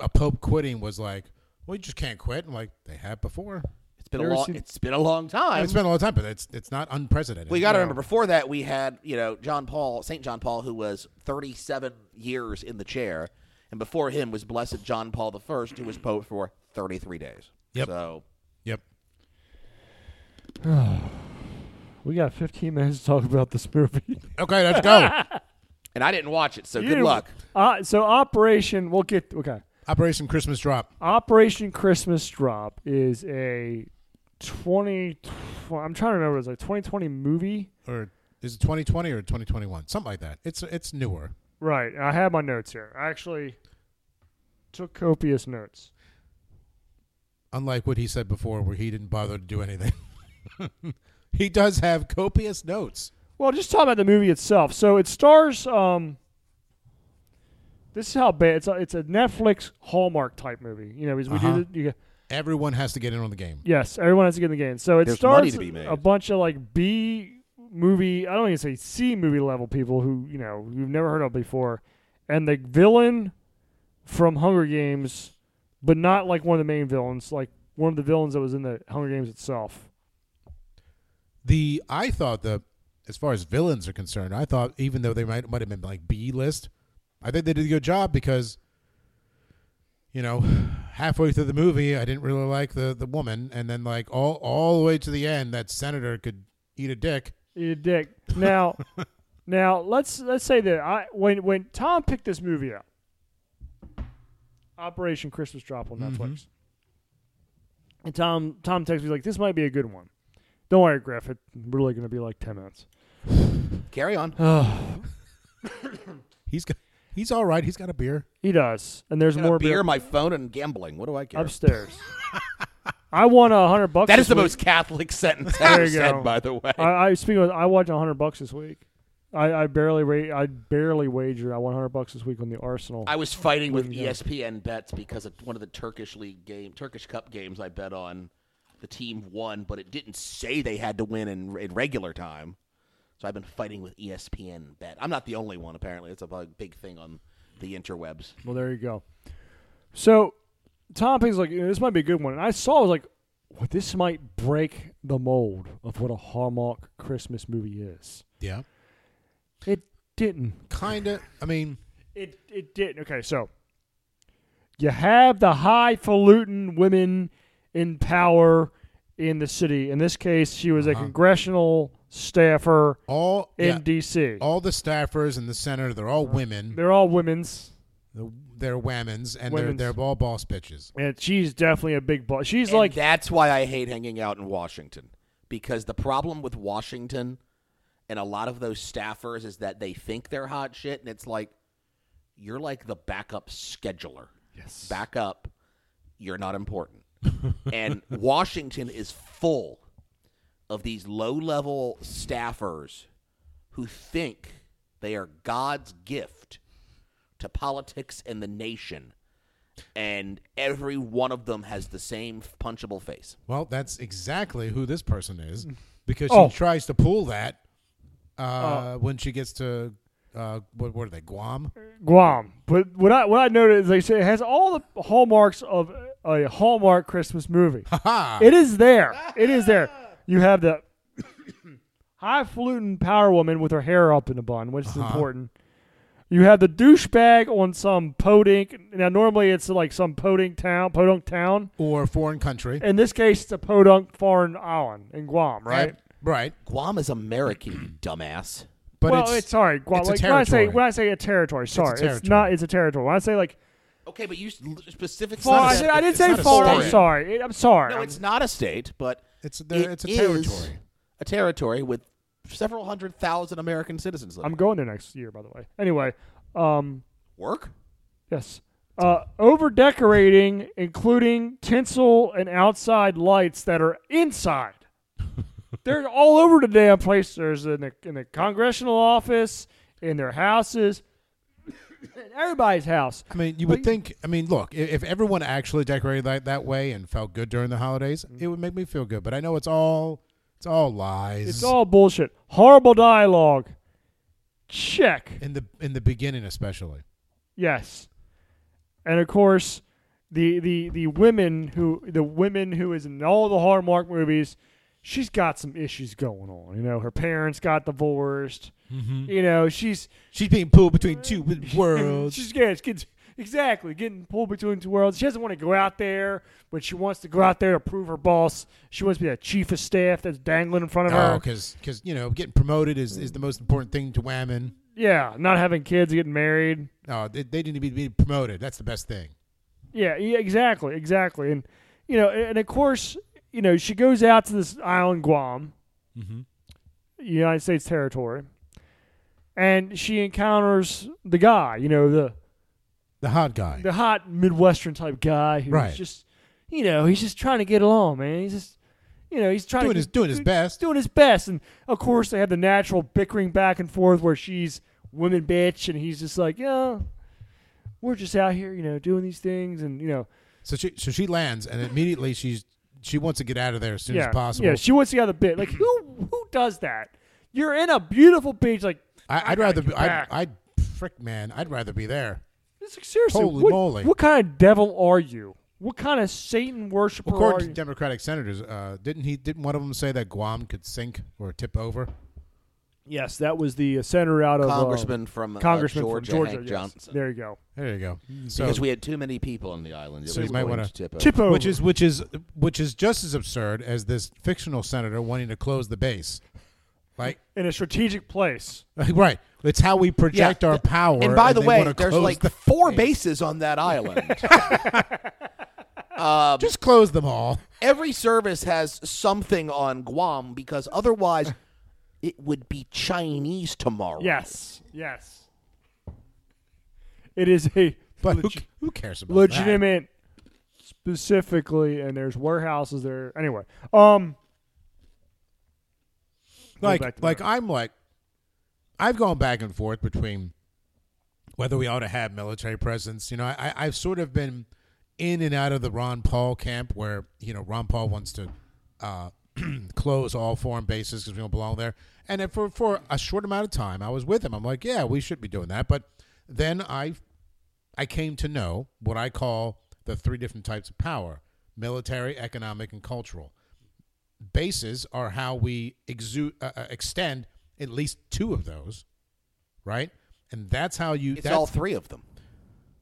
Speaker 3: a pope quitting was like, well, you just can't quit. I'm like, they have before.
Speaker 4: years. It's been a
Speaker 2: Never
Speaker 4: long.
Speaker 2: seen-
Speaker 4: It's been a long time.
Speaker 3: It's been a long time, but it's it's not unprecedented.
Speaker 4: Well, you got to remember, before that, we had you know John Paul, Saint John Paul, who was 37 years in the chair, and before him was Blessed John Paul the First, who was pope for 33 days.
Speaker 3: Yep.
Speaker 4: So
Speaker 3: Yep.
Speaker 2: We got 15 minutes to talk about this [LAUGHS] movie.
Speaker 3: Okay, let's
Speaker 2: [LAUGHS]
Speaker 3: go.
Speaker 4: And I didn't watch it, so
Speaker 2: You
Speaker 4: good
Speaker 2: didn't-
Speaker 4: luck.
Speaker 2: Uh, so Operation, we'll get okay.
Speaker 3: Operation Christmas Drop.
Speaker 2: Operation Christmas Drop is a 20. I'm trying to remember. It's like 2020 movie,
Speaker 3: or is it 2020 or 2021 something like that it's it's newer
Speaker 2: right? and I have my notes here. I actually took copious notes.
Speaker 3: unlike what he said before where he didn't bother to do anything [LAUGHS] he does have copious notes
Speaker 2: Well, just talk about the movie itself. So it stars. Um, this is how bad it's. A, it's a Netflix Hallmark type movie. You know, because we
Speaker 3: Uh-huh.
Speaker 2: do. The, you,
Speaker 3: everyone has to get in on the game
Speaker 2: Yes, everyone has to get in the game. So it
Speaker 4: There's money
Speaker 2: starts
Speaker 4: to be made.
Speaker 2: a bunch of like B movie, I don't even say C movie level people who, you know, you've never heard of before. And the villain from Hunger Games, but not like one of the main villains, like one of the villains that was in the Hunger Games itself.
Speaker 3: the i thought the as far as villains are concerned i thought even though they might might have been like b list i think they did a good job because you know halfway through the movie i didn't really like the the woman and then like all all the way to the end that senator could eat a dick
Speaker 2: You dick.
Speaker 4: [LAUGHS]
Speaker 2: Now now let's let's say that I when when Tom picked this movie up, Operation Christmas Drop on Netflix.
Speaker 4: Mm-hmm.
Speaker 2: And Tom Tom texts me like, "This might be a good one." Don't worry, Griff. It's really going to be like ten minutes.
Speaker 4: Carry on.
Speaker 3: he's got he's all right he's got a beer
Speaker 2: He does, and there's more
Speaker 4: beer, my phone, and gambling. What do I care?
Speaker 2: upstairs. [LAUGHS] I won a hundred bucks.
Speaker 4: that is
Speaker 2: this
Speaker 4: the
Speaker 2: week.
Speaker 4: most Catholic [LAUGHS] sentence
Speaker 2: There
Speaker 4: ever
Speaker 2: you
Speaker 4: said,
Speaker 2: go.
Speaker 4: by the way.
Speaker 2: I, I speaking of, I won a hundred bucks this week. I, I barely ra- I barely wagered. I won hundred bucks this week on the Arsenal.
Speaker 4: I was fighting with E
Speaker 2: Wouldn't go.
Speaker 4: ESPN bets because of one of the Turkish league game, Turkish Cup games I bet on. The team won, but it didn't say they had to win in, in regular time. So I've been fighting with E ESPN bet. I'm not the only one, apparently. It's a bug- big thing on the interwebs.
Speaker 2: Well, there you go. So Tom Pink's like, you know, this might be a good one. And I saw, I was like, well, this might break the mold of what a Hallmark Christmas movie is.
Speaker 3: yeah
Speaker 2: It didn't.
Speaker 3: kind of i mean
Speaker 2: It it didn't. Okay, so you have the highfalutin women in power in the city. In this case, she was a congressional staffer
Speaker 3: all
Speaker 2: in
Speaker 3: yeah,
Speaker 2: D.C.
Speaker 3: all the staffers in the center they're all women
Speaker 2: They're all women's.
Speaker 3: they're, they're whammons and
Speaker 2: Women's.
Speaker 3: they're they're all boss bitches
Speaker 2: And she's definitely a big boss. She's
Speaker 4: And
Speaker 2: like
Speaker 4: that's why I hate hanging out in Washington because the problem with Washington and a lot of those staffers is that they think they're hot shit, and it's like you're like the backup scheduler. Yes, back up. You're not important, and Washington is full of these low-level staffers who think they are God's gift to politics and the nation. And every one of them has the same punchable face.
Speaker 3: well that's exactly who this person is because she
Speaker 2: Oh.
Speaker 3: tries to pull that uh, when she gets to uh, what, what are they guam
Speaker 2: Guam. But what I what I noted is they say it has all the hallmarks of a Hallmark Christmas
Speaker 3: [LAUGHS]
Speaker 2: movie.
Speaker 3: ha
Speaker 2: it is there. It is there. You have the [COUGHS] highfalutin power woman with her hair up in a bun, which
Speaker 3: Uh-huh.
Speaker 2: is important. You have the douchebag on some podunk. Now, normally it's like some podunk town, podunk town.
Speaker 3: or foreign country
Speaker 2: In this case, it's a podunk foreign island in Guam, right?
Speaker 3: Uh, right
Speaker 4: Guam
Speaker 3: [CLEARS THROAT]
Speaker 4: is American, you dumbass.
Speaker 3: but
Speaker 2: well,
Speaker 3: it's,
Speaker 2: it's, sorry, Guam.
Speaker 3: it's
Speaker 2: like,
Speaker 3: a
Speaker 2: when I say
Speaker 3: territory.
Speaker 2: when I say a territory, sorry,
Speaker 3: territory.
Speaker 2: not. It's a territory. When I say like
Speaker 4: Okay, but you s- specifically
Speaker 2: Far,
Speaker 3: not
Speaker 2: I,
Speaker 3: a-
Speaker 2: said, I didn't
Speaker 3: it's
Speaker 2: say
Speaker 3: not a
Speaker 2: far.
Speaker 3: state.
Speaker 2: I'm sorry. It- I'm sorry.
Speaker 4: No,
Speaker 2: I'm-
Speaker 4: it's not a state, but
Speaker 3: It's- there-
Speaker 4: it
Speaker 3: it's a
Speaker 4: is
Speaker 3: territory.
Speaker 4: A territory with several hundred thousand American citizens living.
Speaker 2: I'm going there next year, by the way. Anyway, um,
Speaker 4: Work?
Speaker 2: yes. Uh, over decorating, including tinsel and outside lights that are
Speaker 3: [LAUGHS]
Speaker 2: inside. They're all over the damn place. There's in the, in the congressional office, in their houses, [COUGHS] in everybody's house.
Speaker 3: I mean, you would think. I mean, look, i- if everyone actually decorated that, that way and felt good during the holidays,
Speaker 2: Mm-hmm.
Speaker 3: it would make me feel good. But I know it's all, it's all lies.
Speaker 2: It's all bullshit. Horrible dialogue. Check.
Speaker 3: in the in the beginning, especially.
Speaker 2: Yes. And of course, the the the women who the women who is in all the Hallmark movies, she's got some issues going on. You know, her parents got divorced. You know, she's
Speaker 3: She's being pulled between
Speaker 2: [LAUGHS]
Speaker 3: two worlds.
Speaker 2: she's yeah, she gets exactly getting pulled between two worlds. She doesn't want to go out there, but she wants to go out there to prove her boss. She wants to be that chief of staff that's dangling in front of her.
Speaker 3: Oh, because you know getting promoted is, is the most important thing to women.
Speaker 2: Yeah, not having kids, getting married.
Speaker 3: Oh, they, they need to be, be promoted. That's the best thing.
Speaker 2: Yeah, yeah, exactly, exactly. And you know, and of course, you know, she goes out to this island Guam,
Speaker 3: Mm-hmm.
Speaker 2: United States territory, and she encounters the guy, you know, the
Speaker 3: The hot guy.
Speaker 2: the hot Midwestern type guy who's
Speaker 3: Right.
Speaker 2: just, you know, he's just trying to get along, man. He's just, you know, he's trying
Speaker 3: doing
Speaker 2: to
Speaker 3: his doing his best.
Speaker 2: doing his best. And of course, they have the natural bickering back and forth where she's women bitch and he's just like, yeah, we're just out here, you know, doing these things, and you know.
Speaker 3: So she so she lands and immediately she's she wants to get out of there as soon
Speaker 2: yeah,
Speaker 3: as possible.
Speaker 2: Yeah, she wants to get out of the bit. Like who who does that? You're in a beautiful beach. Like
Speaker 3: I, I'd
Speaker 2: gotta
Speaker 3: rather
Speaker 2: get
Speaker 3: be, I'd,
Speaker 2: back.
Speaker 3: I'd frick man. I'd rather be there.
Speaker 2: it's like, seriously,
Speaker 3: Holy
Speaker 2: what,
Speaker 3: moly.
Speaker 2: what kind of devil are you? What kind of Satan worshiper are
Speaker 3: According
Speaker 2: you?
Speaker 3: to Democratic senators, uh, didn't he? Didn't one of them say that Guam could sink or tip over?
Speaker 2: yes, that was the uh, senator out
Speaker 3: um,
Speaker 2: of uh,
Speaker 4: Congressman from uh,
Speaker 2: Congressman
Speaker 4: Georgia,
Speaker 2: from Georgia.
Speaker 4: Hank
Speaker 2: yes.
Speaker 4: Johnson.
Speaker 2: There you go.
Speaker 3: There you go. So,
Speaker 4: Because we had too many people on the island. It
Speaker 3: So you
Speaker 4: was
Speaker 3: might
Speaker 4: going
Speaker 3: wanna-
Speaker 4: to tip over.
Speaker 2: Tip over.
Speaker 3: which is which is which is just as absurd as this fictional senator wanting to close the base. Like,
Speaker 2: in a strategic place.
Speaker 3: right? It's how we project our
Speaker 4: th-
Speaker 3: power.
Speaker 4: And by the
Speaker 3: they
Speaker 4: way,
Speaker 3: wanna
Speaker 4: there's
Speaker 3: close
Speaker 4: like
Speaker 3: the- [LAUGHS]
Speaker 4: four bases on that island. um,
Speaker 3: just close them all. [LAUGHS]
Speaker 4: every service has something on Guam because
Speaker 3: [LAUGHS]
Speaker 4: otherwise it would be Chinese tomorrow.
Speaker 2: Yes, yes. It is a
Speaker 3: But who,
Speaker 2: leg-
Speaker 3: who cares about
Speaker 2: legitimate, specifically, and there's warehouses there. Anyway, um,
Speaker 3: That? Like,
Speaker 2: back to
Speaker 3: like
Speaker 2: that.
Speaker 3: I'm like, I've gone back and forth between whether we ought to have military presence. You know, I, I- I've sort of been in and out of the Ron Paul camp, where you know Ron Paul wants to uh, [CLEARS THROAT] close all foreign bases because we don't belong there. And then for for a short amount of time, I was with him. I'm like, yeah, we should be doing that. But then I I came to know what I call the three different types of power: military, economic, and cultural. Bases are how we exude, uh, uh, extend at least two of those, right? And that's how you.
Speaker 4: It's
Speaker 3: that's,
Speaker 4: all three of them.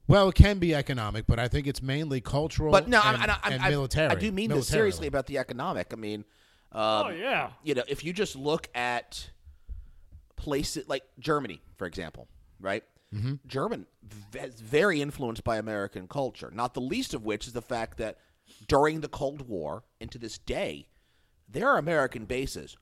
Speaker 3: well, it can be economic, but I think it's mainly cultural.
Speaker 4: But no,
Speaker 3: and,
Speaker 4: I'm, I'm,
Speaker 3: and
Speaker 4: I'm,
Speaker 3: military.
Speaker 4: I do mean this
Speaker 3: militarily.
Speaker 4: seriously about the economic. I mean, um,
Speaker 2: oh yeah,
Speaker 4: you know, if you just look at places like Germany, for example, right? Mm-hmm. German ve- very influenced by American culture. Not the least of which is the fact that during the Cold War and to this day, there are American bases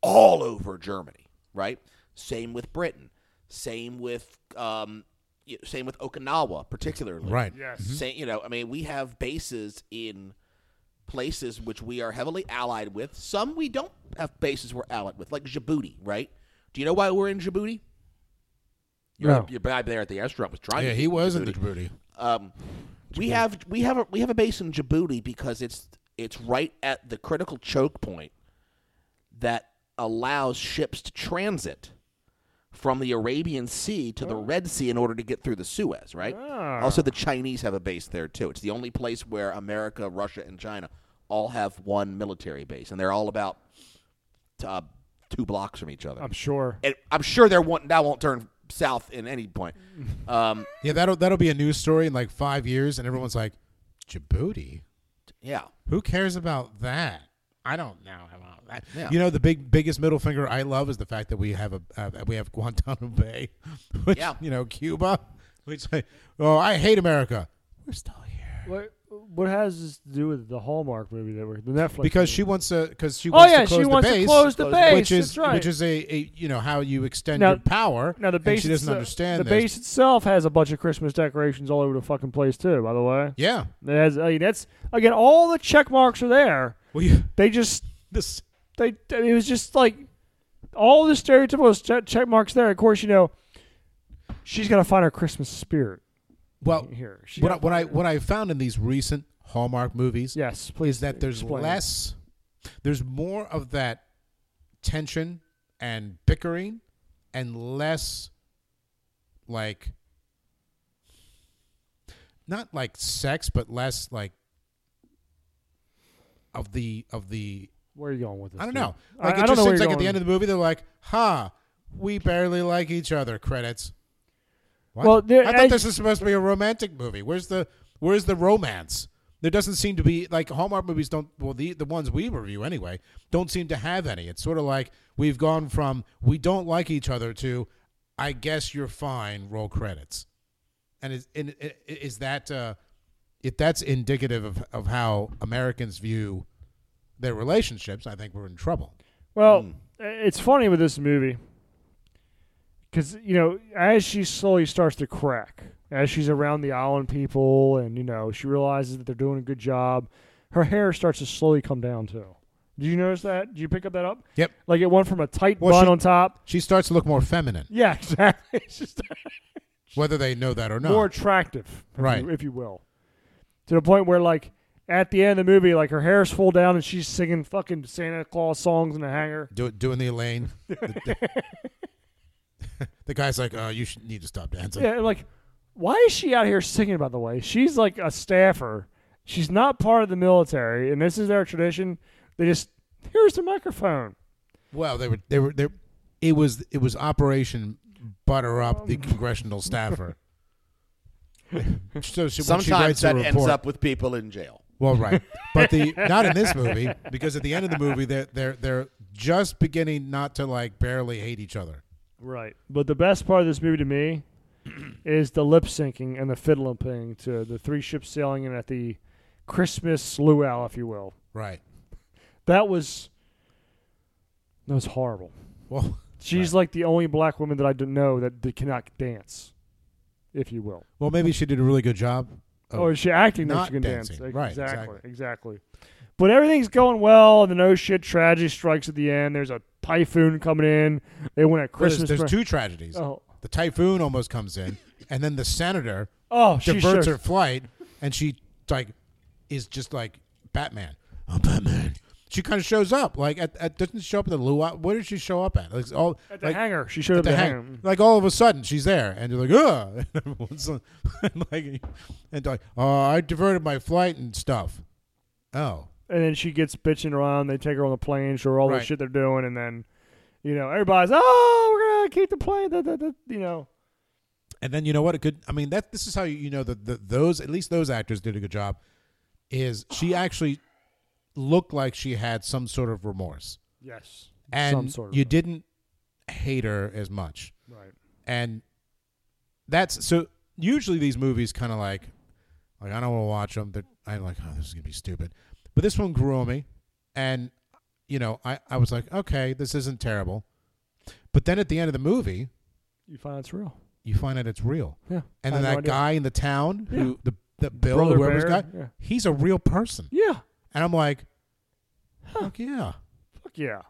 Speaker 4: all over Germany, right? Same with Britain. Same with um, y- same with Okinawa, particularly.
Speaker 3: right?
Speaker 2: yes.
Speaker 4: Say, you know, I mean, we have bases in places which we are heavily allied with. Some we don't have bases we're allied with, like Djibouti, right? Do you know why we're in Djibouti? Your,
Speaker 2: No.
Speaker 4: your guy there at the restaurant was trying.
Speaker 3: Yeah,
Speaker 4: to
Speaker 3: he
Speaker 4: eat
Speaker 3: was in the Djibouti.
Speaker 4: um, we have we have a, we have a base in Djibouti because it's it's right at the critical choke point that allows ships to transit from the Arabian Sea to the
Speaker 3: Oh.
Speaker 4: Red Sea in order to get through the Suez. Right.
Speaker 3: Ah.
Speaker 4: Also, the Chinese have a base there too. It's the only place where America, Russia, and China all have one military base, and they're all about uh, two blocks from each other.
Speaker 2: I'm sure.
Speaker 4: and I'm sure they're one that won't turn south in any point.
Speaker 3: Mm.
Speaker 4: Um,
Speaker 3: Yeah, that'll that'll be a news story in like five years, and everyone's like, Djibouti.
Speaker 4: yeah.
Speaker 3: Who cares about that? I don't know about that.
Speaker 4: Yeah.
Speaker 3: You know, the big biggest middle finger I love is the fact that we have a uh, we have Guantanamo Bay, [LAUGHS] which
Speaker 4: Yeah.
Speaker 3: you know Cuba. Which oh, I hate America. We're still here
Speaker 2: What what has this to do with the Hallmark movie that we're the Netflix?
Speaker 3: because
Speaker 2: movie?
Speaker 3: she wants to because she
Speaker 2: oh
Speaker 3: wants
Speaker 2: yeah,
Speaker 3: to close
Speaker 2: she
Speaker 3: the
Speaker 2: wants
Speaker 3: base,
Speaker 2: to close the
Speaker 4: Close the
Speaker 2: base.
Speaker 3: which is
Speaker 2: that's right.
Speaker 3: which is a, a you know how you extend
Speaker 2: Now-
Speaker 3: your power.
Speaker 2: now the
Speaker 3: and
Speaker 2: base
Speaker 3: she doesn't
Speaker 2: itse-
Speaker 3: understand
Speaker 2: the
Speaker 3: this.
Speaker 2: base itself has a bunch of Christmas decorations all over the fucking place too. By the way,
Speaker 3: Yeah.
Speaker 2: It has- I mean, that's again all the check marks are there.
Speaker 3: Well, you,
Speaker 2: They just
Speaker 3: this
Speaker 2: they it was just like all the stereotypical che- check marks there. Of course, you know she's got to find her Christmas spirit
Speaker 3: well,
Speaker 2: here. She
Speaker 3: what I,
Speaker 2: gotta
Speaker 3: what I
Speaker 2: find her-
Speaker 3: what I found in these recent Hallmark movies
Speaker 2: yes, please
Speaker 3: is that there's
Speaker 2: explain.
Speaker 3: less, there's more of that tension and bickering, and less like not like sex, but less like of the of the
Speaker 2: Where are you going with this?
Speaker 3: I don't
Speaker 2: dude?
Speaker 3: know.
Speaker 2: I-
Speaker 3: Like
Speaker 2: I
Speaker 3: it
Speaker 2: don't
Speaker 3: just
Speaker 2: know where
Speaker 3: seems
Speaker 2: you're
Speaker 3: like at the
Speaker 2: going
Speaker 3: end of the movie they're like, "Ha, we barely like each other." Credits. What?
Speaker 2: Well, there-
Speaker 3: I thought
Speaker 2: as-
Speaker 3: this was supposed to be a romantic movie. Where's the Where's the romance? There doesn't seem to be like Hallmark movies don't. Well, the the ones we review anyway don't seem to have any. It's sort of like we've gone from we don't like each other to I guess you're fine. Roll credits. And is and i- i- is that uh, if that's indicative of, of how Americans view their relationships, I think we're in trouble.
Speaker 2: Well,
Speaker 3: Hmm.
Speaker 2: it's funny with this movie because you know as she slowly starts to crack, as she's around the island people, and you know she realizes that they're doing a good job, her hair starts to slowly come down too. Did you notice that? Did you pick up that up?
Speaker 3: Yep.
Speaker 2: Like it went from a tight
Speaker 3: Well,
Speaker 2: bun
Speaker 3: she-
Speaker 2: on top.
Speaker 3: She starts to look more feminine, [LAUGHS]
Speaker 2: Yeah, exactly. It's just
Speaker 3: whether they know that or not.
Speaker 2: more attractive, if you-
Speaker 3: Oh. Right.
Speaker 2: if you will, to the point where like at the end of the movie, like her hair's full down and she's singing fucking Santa Claus songs in a hanger.
Speaker 3: Do, doing
Speaker 2: [LAUGHS]
Speaker 3: the Elaine. the, the- [LAUGHS] the guy's like, uh, you should need to stop dancing.
Speaker 2: Yeah, like, why is she out here singing? By the way, she's like a staffer. She's not part of the military, and this is their tradition. They just here's the microphone.
Speaker 3: Well, they were they were they. It was it was Operation Butter Up
Speaker 2: Um.
Speaker 3: the congressional staffer. so she, when she
Speaker 4: Sometimes
Speaker 3: writes her
Speaker 4: that ends
Speaker 3: report-
Speaker 4: up with people in jail.
Speaker 3: Well, right, but
Speaker 4: [LAUGHS]
Speaker 3: the not in this movie because at the end of the movie they're they're they're just beginning not to like barely hate each other.
Speaker 2: Right. But the best part of this movie to me [CLEARS THROAT] is the lip syncing and the fiddling ping to the three ships sailing in at the Christmas luau, if you will.
Speaker 3: Right.
Speaker 2: That was that was horrible.
Speaker 3: Well,
Speaker 2: She's like the only black woman that I don't know that, that cannot dance, if you will.
Speaker 3: well, maybe she did a really good job. of-
Speaker 2: Oh, is she acting that
Speaker 3: Not
Speaker 2: she can
Speaker 3: dancing.
Speaker 2: dance?
Speaker 3: Right,
Speaker 2: exactly,
Speaker 3: exactly.
Speaker 2: exactly. But everything's going well, and then oh shit, tragedy strikes at the end. There's a typhoon coming in. They went at
Speaker 3: Well, there's-
Speaker 2: Christmas.
Speaker 3: There's,
Speaker 2: break-
Speaker 3: two tragedies.
Speaker 2: Oh.
Speaker 3: The typhoon almost comes in, and then the senator
Speaker 2: Oh, she
Speaker 3: diverts
Speaker 2: sure-
Speaker 3: her flight, and she like is just like Batman. I'm Batman. She kind of shows up like at, at doesn't she show up at the luau. Where did she show up at? Like all
Speaker 2: at the
Speaker 3: like,
Speaker 2: hangar. She showed up
Speaker 3: the
Speaker 2: at the
Speaker 3: hang-
Speaker 2: hangar.
Speaker 3: Like all of a sudden, she's there, and you're like, "Ugh," [LAUGHS] and, everyone's like- and like, and like, "Oh, I diverted my flight and stuff." Oh,
Speaker 2: And then she gets bitching around. They take her on the plane, show her all
Speaker 3: Right.
Speaker 2: the shit they're doing, and then you know everybody's oh we're gonna keep the plane. Da, da, da," you know,
Speaker 3: and then you know what? It could. I mean, that this is how you, you know that that those at least those actors did a good job. Is she actually looked like she had some sort of remorse,
Speaker 2: yes,
Speaker 3: and
Speaker 2: some sort of
Speaker 3: you didn't hate her as much.
Speaker 2: right.
Speaker 3: and that's so usually these movies kind of like like i don't want to watch them They're, i'm like oh this is gonna be stupid but this one grew on me and you know i i was like okay this isn't terrible but then at the end of the movie
Speaker 2: You find it's real.
Speaker 3: you find out it's real
Speaker 2: Yeah,
Speaker 3: and
Speaker 2: I had
Speaker 3: then
Speaker 2: no
Speaker 3: that
Speaker 2: idea.
Speaker 3: guy in the town who the the bill
Speaker 2: Brother
Speaker 3: whoever's
Speaker 2: Bear,
Speaker 3: got
Speaker 2: yeah.
Speaker 3: he's a real person
Speaker 2: Yeah,
Speaker 3: and i'm like fuck yeah
Speaker 2: fuck yeah.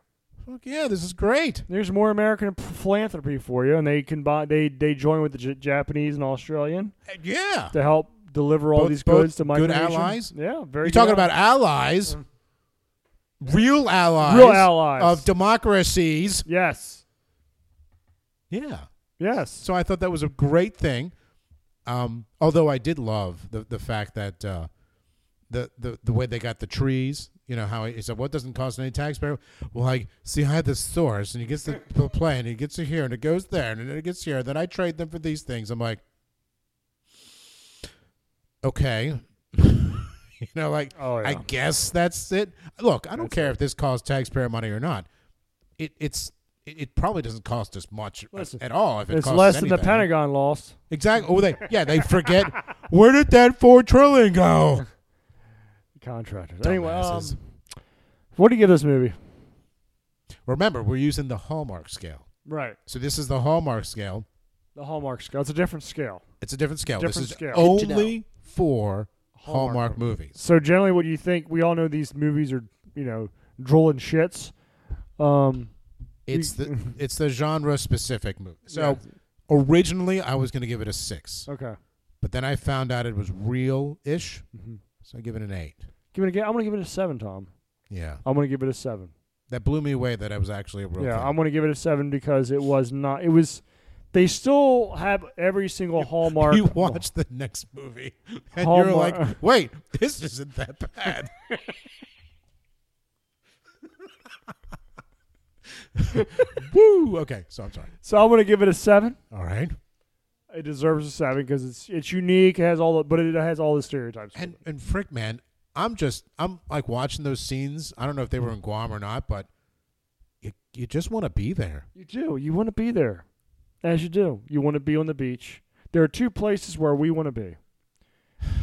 Speaker 3: fuck yeah this is great
Speaker 2: There's more American philanthropy for you, and they combine they they join with the J- Japanese and Australian
Speaker 3: Uh, yeah
Speaker 2: to help deliver all
Speaker 3: Both-
Speaker 2: these
Speaker 3: both
Speaker 2: goods to
Speaker 3: good
Speaker 2: micronations.
Speaker 3: allies?
Speaker 2: Yeah, very.
Speaker 3: You're
Speaker 2: good
Speaker 3: talking
Speaker 2: allies.
Speaker 3: about allies, real allies,
Speaker 2: Real allies.
Speaker 3: of democracies.
Speaker 2: yes,
Speaker 3: Yeah.
Speaker 2: yes.
Speaker 3: So I thought that was a great thing. Um, although I did love the the fact that uh, the, the the way they got the trees. You know how he said, "What doesn't cost any taxpayer?" Well, like, see, I had this source, and he gets the, the plane, and he gets it here, and it goes there, and then it gets here. then I trade them for these things. I'm like, okay, [LAUGHS] you know, like,
Speaker 2: Oh, yeah.
Speaker 3: I guess that's it. Look, I don't care if this costs taxpayer money or not. It it's it, it probably doesn't cost us much
Speaker 2: Listen,
Speaker 3: at all. If it
Speaker 2: It's
Speaker 3: costs
Speaker 2: less than the
Speaker 3: anything.
Speaker 2: Pentagon lost.
Speaker 3: Exactly. Oh, they yeah, they forget [LAUGHS] where did that four
Speaker 2: [LAUGHS]
Speaker 3: trillion go?
Speaker 2: Contractors. Anyway, um,
Speaker 3: Dumbasses.
Speaker 2: what do you give this movie?
Speaker 3: remember we're using the Hallmark scale.
Speaker 2: Right,
Speaker 3: So this is the Hallmark scale.
Speaker 2: the Hallmark scale. It's a different scale.
Speaker 3: It's a different scale.
Speaker 2: Different
Speaker 3: this is
Speaker 2: scale.
Speaker 4: Good to
Speaker 3: only for Hallmark,
Speaker 2: Hallmark
Speaker 3: movies.
Speaker 2: So generally, what you think? We all know these movies are you know drooling shits. Um,
Speaker 3: It's
Speaker 2: [LAUGHS]
Speaker 3: the it's the genre specific movie. So
Speaker 2: Yeah.
Speaker 3: originally I was going to give it a six,
Speaker 2: okay,
Speaker 3: but then I found out it was real ish,
Speaker 2: Mm-hmm.
Speaker 3: so I give it an eight.
Speaker 2: give it again. I'm gonna give it a seven, Tom.
Speaker 3: Yeah,
Speaker 2: I'm gonna give it a seven.
Speaker 3: that blew me away that I was actually a real. [LAUGHS]
Speaker 2: Yeah,
Speaker 3: thing.
Speaker 2: I'm going to give it a seven because it was not. It was They still have every single hallmark.
Speaker 3: you [LAUGHS] watch the next movie [LAUGHS] and you're
Speaker 2: Hallmark-
Speaker 3: like, wait, this isn't that bad.
Speaker 2: [LAUGHS]
Speaker 3: [LAUGHS] Woo! Okay, so I'm sorry.
Speaker 2: So I'm gonna give it a seven.
Speaker 3: All right,
Speaker 2: It deserves a seven because it's it's unique. It has all the but it has all the stereotypes.
Speaker 3: and and frick, man, I'm just I'm like watching those scenes. I don't know if they were in Guam or not, but you you just want to be there.
Speaker 2: You do. You want to be there, as you do. You want to be on the beach. There are two places where we want to be: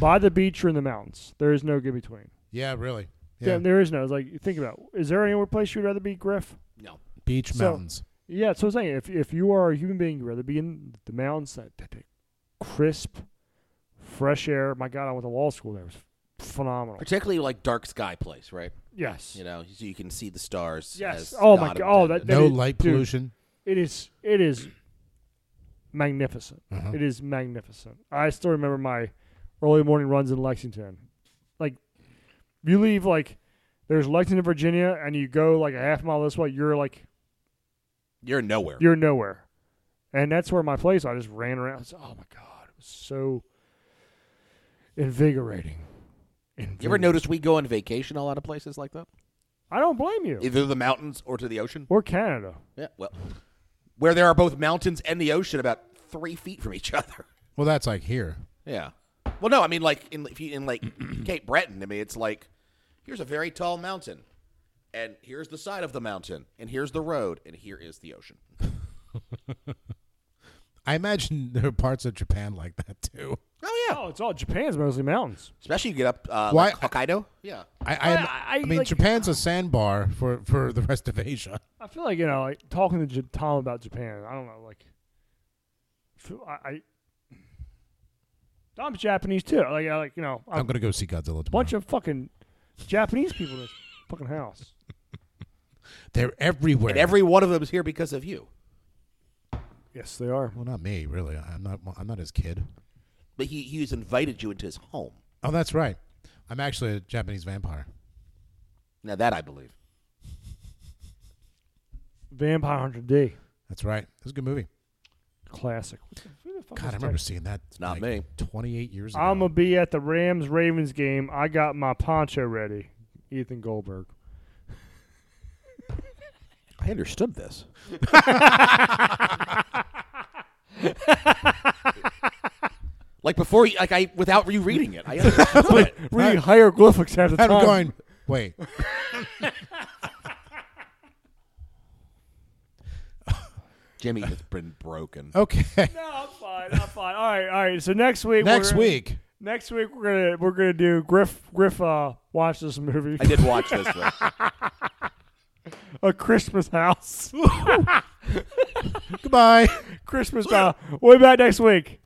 Speaker 2: by the beach or in the mountains. There is no in between.
Speaker 3: Yeah, really. Yeah,
Speaker 2: Yeah. there is no. It's like think about: it. is there any place you'd rather be, Griff?
Speaker 4: No.
Speaker 3: beach
Speaker 2: So-
Speaker 3: mountains.
Speaker 2: Yeah, so I'm saying if if you are a human being, you'd rather be in the mountains, that, that, that crisp, fresh air. My God, I went to law school there. It was phenomenal.
Speaker 4: Particularly like dark sky place, right?
Speaker 2: Yes.
Speaker 4: You know, so you can see the stars.
Speaker 2: Yes.
Speaker 4: as
Speaker 2: Oh my
Speaker 4: God
Speaker 2: God. Oh,
Speaker 4: intended.
Speaker 2: that
Speaker 3: no
Speaker 2: is-
Speaker 3: light
Speaker 2: dude.
Speaker 3: pollution.
Speaker 2: It is it is magnificent.
Speaker 3: Uh-huh.
Speaker 2: It is magnificent. I still remember my early morning runs in Lexington. Like you leave like there's Lexington, Virginia, and you go like a half mile this way, you're like
Speaker 4: You're nowhere.
Speaker 2: you're nowhere. And that's where my place. I just ran around. I was, oh my god, it was so invigorating.
Speaker 4: you ever notice we go on vacation a lot of places like that?
Speaker 2: I don't blame you.
Speaker 4: Either the mountains or to the ocean?
Speaker 2: Or [LAUGHS] Canada.
Speaker 4: Yeah. Well, where there are both mountains and the ocean about three feet from each [LAUGHS] other.
Speaker 3: Well, that's like here.
Speaker 4: Yeah. Well, no, I mean like in if you, in like [CLEARS THROAT] Cape Breton, I mean it's like here's a very tall mountain, and here's the side of the mountain, and here's the road, and here is the ocean.
Speaker 3: I imagine [LAUGHS] there are parts of Japan like that too.
Speaker 4: Oh yeah.
Speaker 2: Oh, it's all Japan's mostly mountains.
Speaker 4: Especially you get up uh,
Speaker 3: Why-
Speaker 4: like Hokkaido. Yeah.
Speaker 3: I I,
Speaker 2: I- I-
Speaker 3: I mean,
Speaker 2: like- uh,
Speaker 3: Japan's a sandbar for for the rest
Speaker 2: [LAUGHS]
Speaker 3: of Asia.
Speaker 2: I feel like you know, like talking to J- Tom about Japan. I don't know, like, f- I, I- Tom's Japanese too. Like, I, like you know,
Speaker 3: I'm
Speaker 2: a
Speaker 3: gonna go see Godzilla tomorrow.
Speaker 2: bunch of fucking Japanese people in this fucking house.
Speaker 3: They're everywhere.
Speaker 4: And every one of them is here because of you.
Speaker 2: Yes, they are.
Speaker 3: well, not me, really. I'm not. I'm not his kid.
Speaker 4: But he he's invited you into his home.
Speaker 3: Oh, that's right. I'm actually a Japanese vampire.
Speaker 4: Now that I believe.
Speaker 2: Vampire Hunter D,
Speaker 3: That's right. It was a good movie.
Speaker 2: Oh, classic. What the- who the fuck
Speaker 3: God,
Speaker 2: is
Speaker 3: I remember
Speaker 2: Texas?
Speaker 3: seeing that. It's
Speaker 4: not me.
Speaker 3: 28 years ago.
Speaker 2: I'm gonna be at the Rams Ravens game. I got my poncho ready. Ethan Goldberg.
Speaker 4: I understood this. [LAUGHS] like before, you- like I without you reading it, I [LAUGHS] understood it.
Speaker 2: Reading hieroglyphics at the
Speaker 3: I'm
Speaker 2: time.
Speaker 3: going.
Speaker 2: [LAUGHS]
Speaker 3: Wait.
Speaker 4: Jimmy, it's been broken.
Speaker 3: Okay.
Speaker 2: No, I'm fine. I'm fine. All right, all right. So next week, we're
Speaker 3: Next
Speaker 2: gonna-
Speaker 3: week.
Speaker 2: Next week we're gonna we're gonna do Griff Griff uh watch this movie
Speaker 4: I did watch this one.
Speaker 2: [LAUGHS] a Christmas
Speaker 3: [LAUGHS]
Speaker 2: house
Speaker 3: Goodbye.
Speaker 2: [LAUGHS] Christmas uh, way back next week.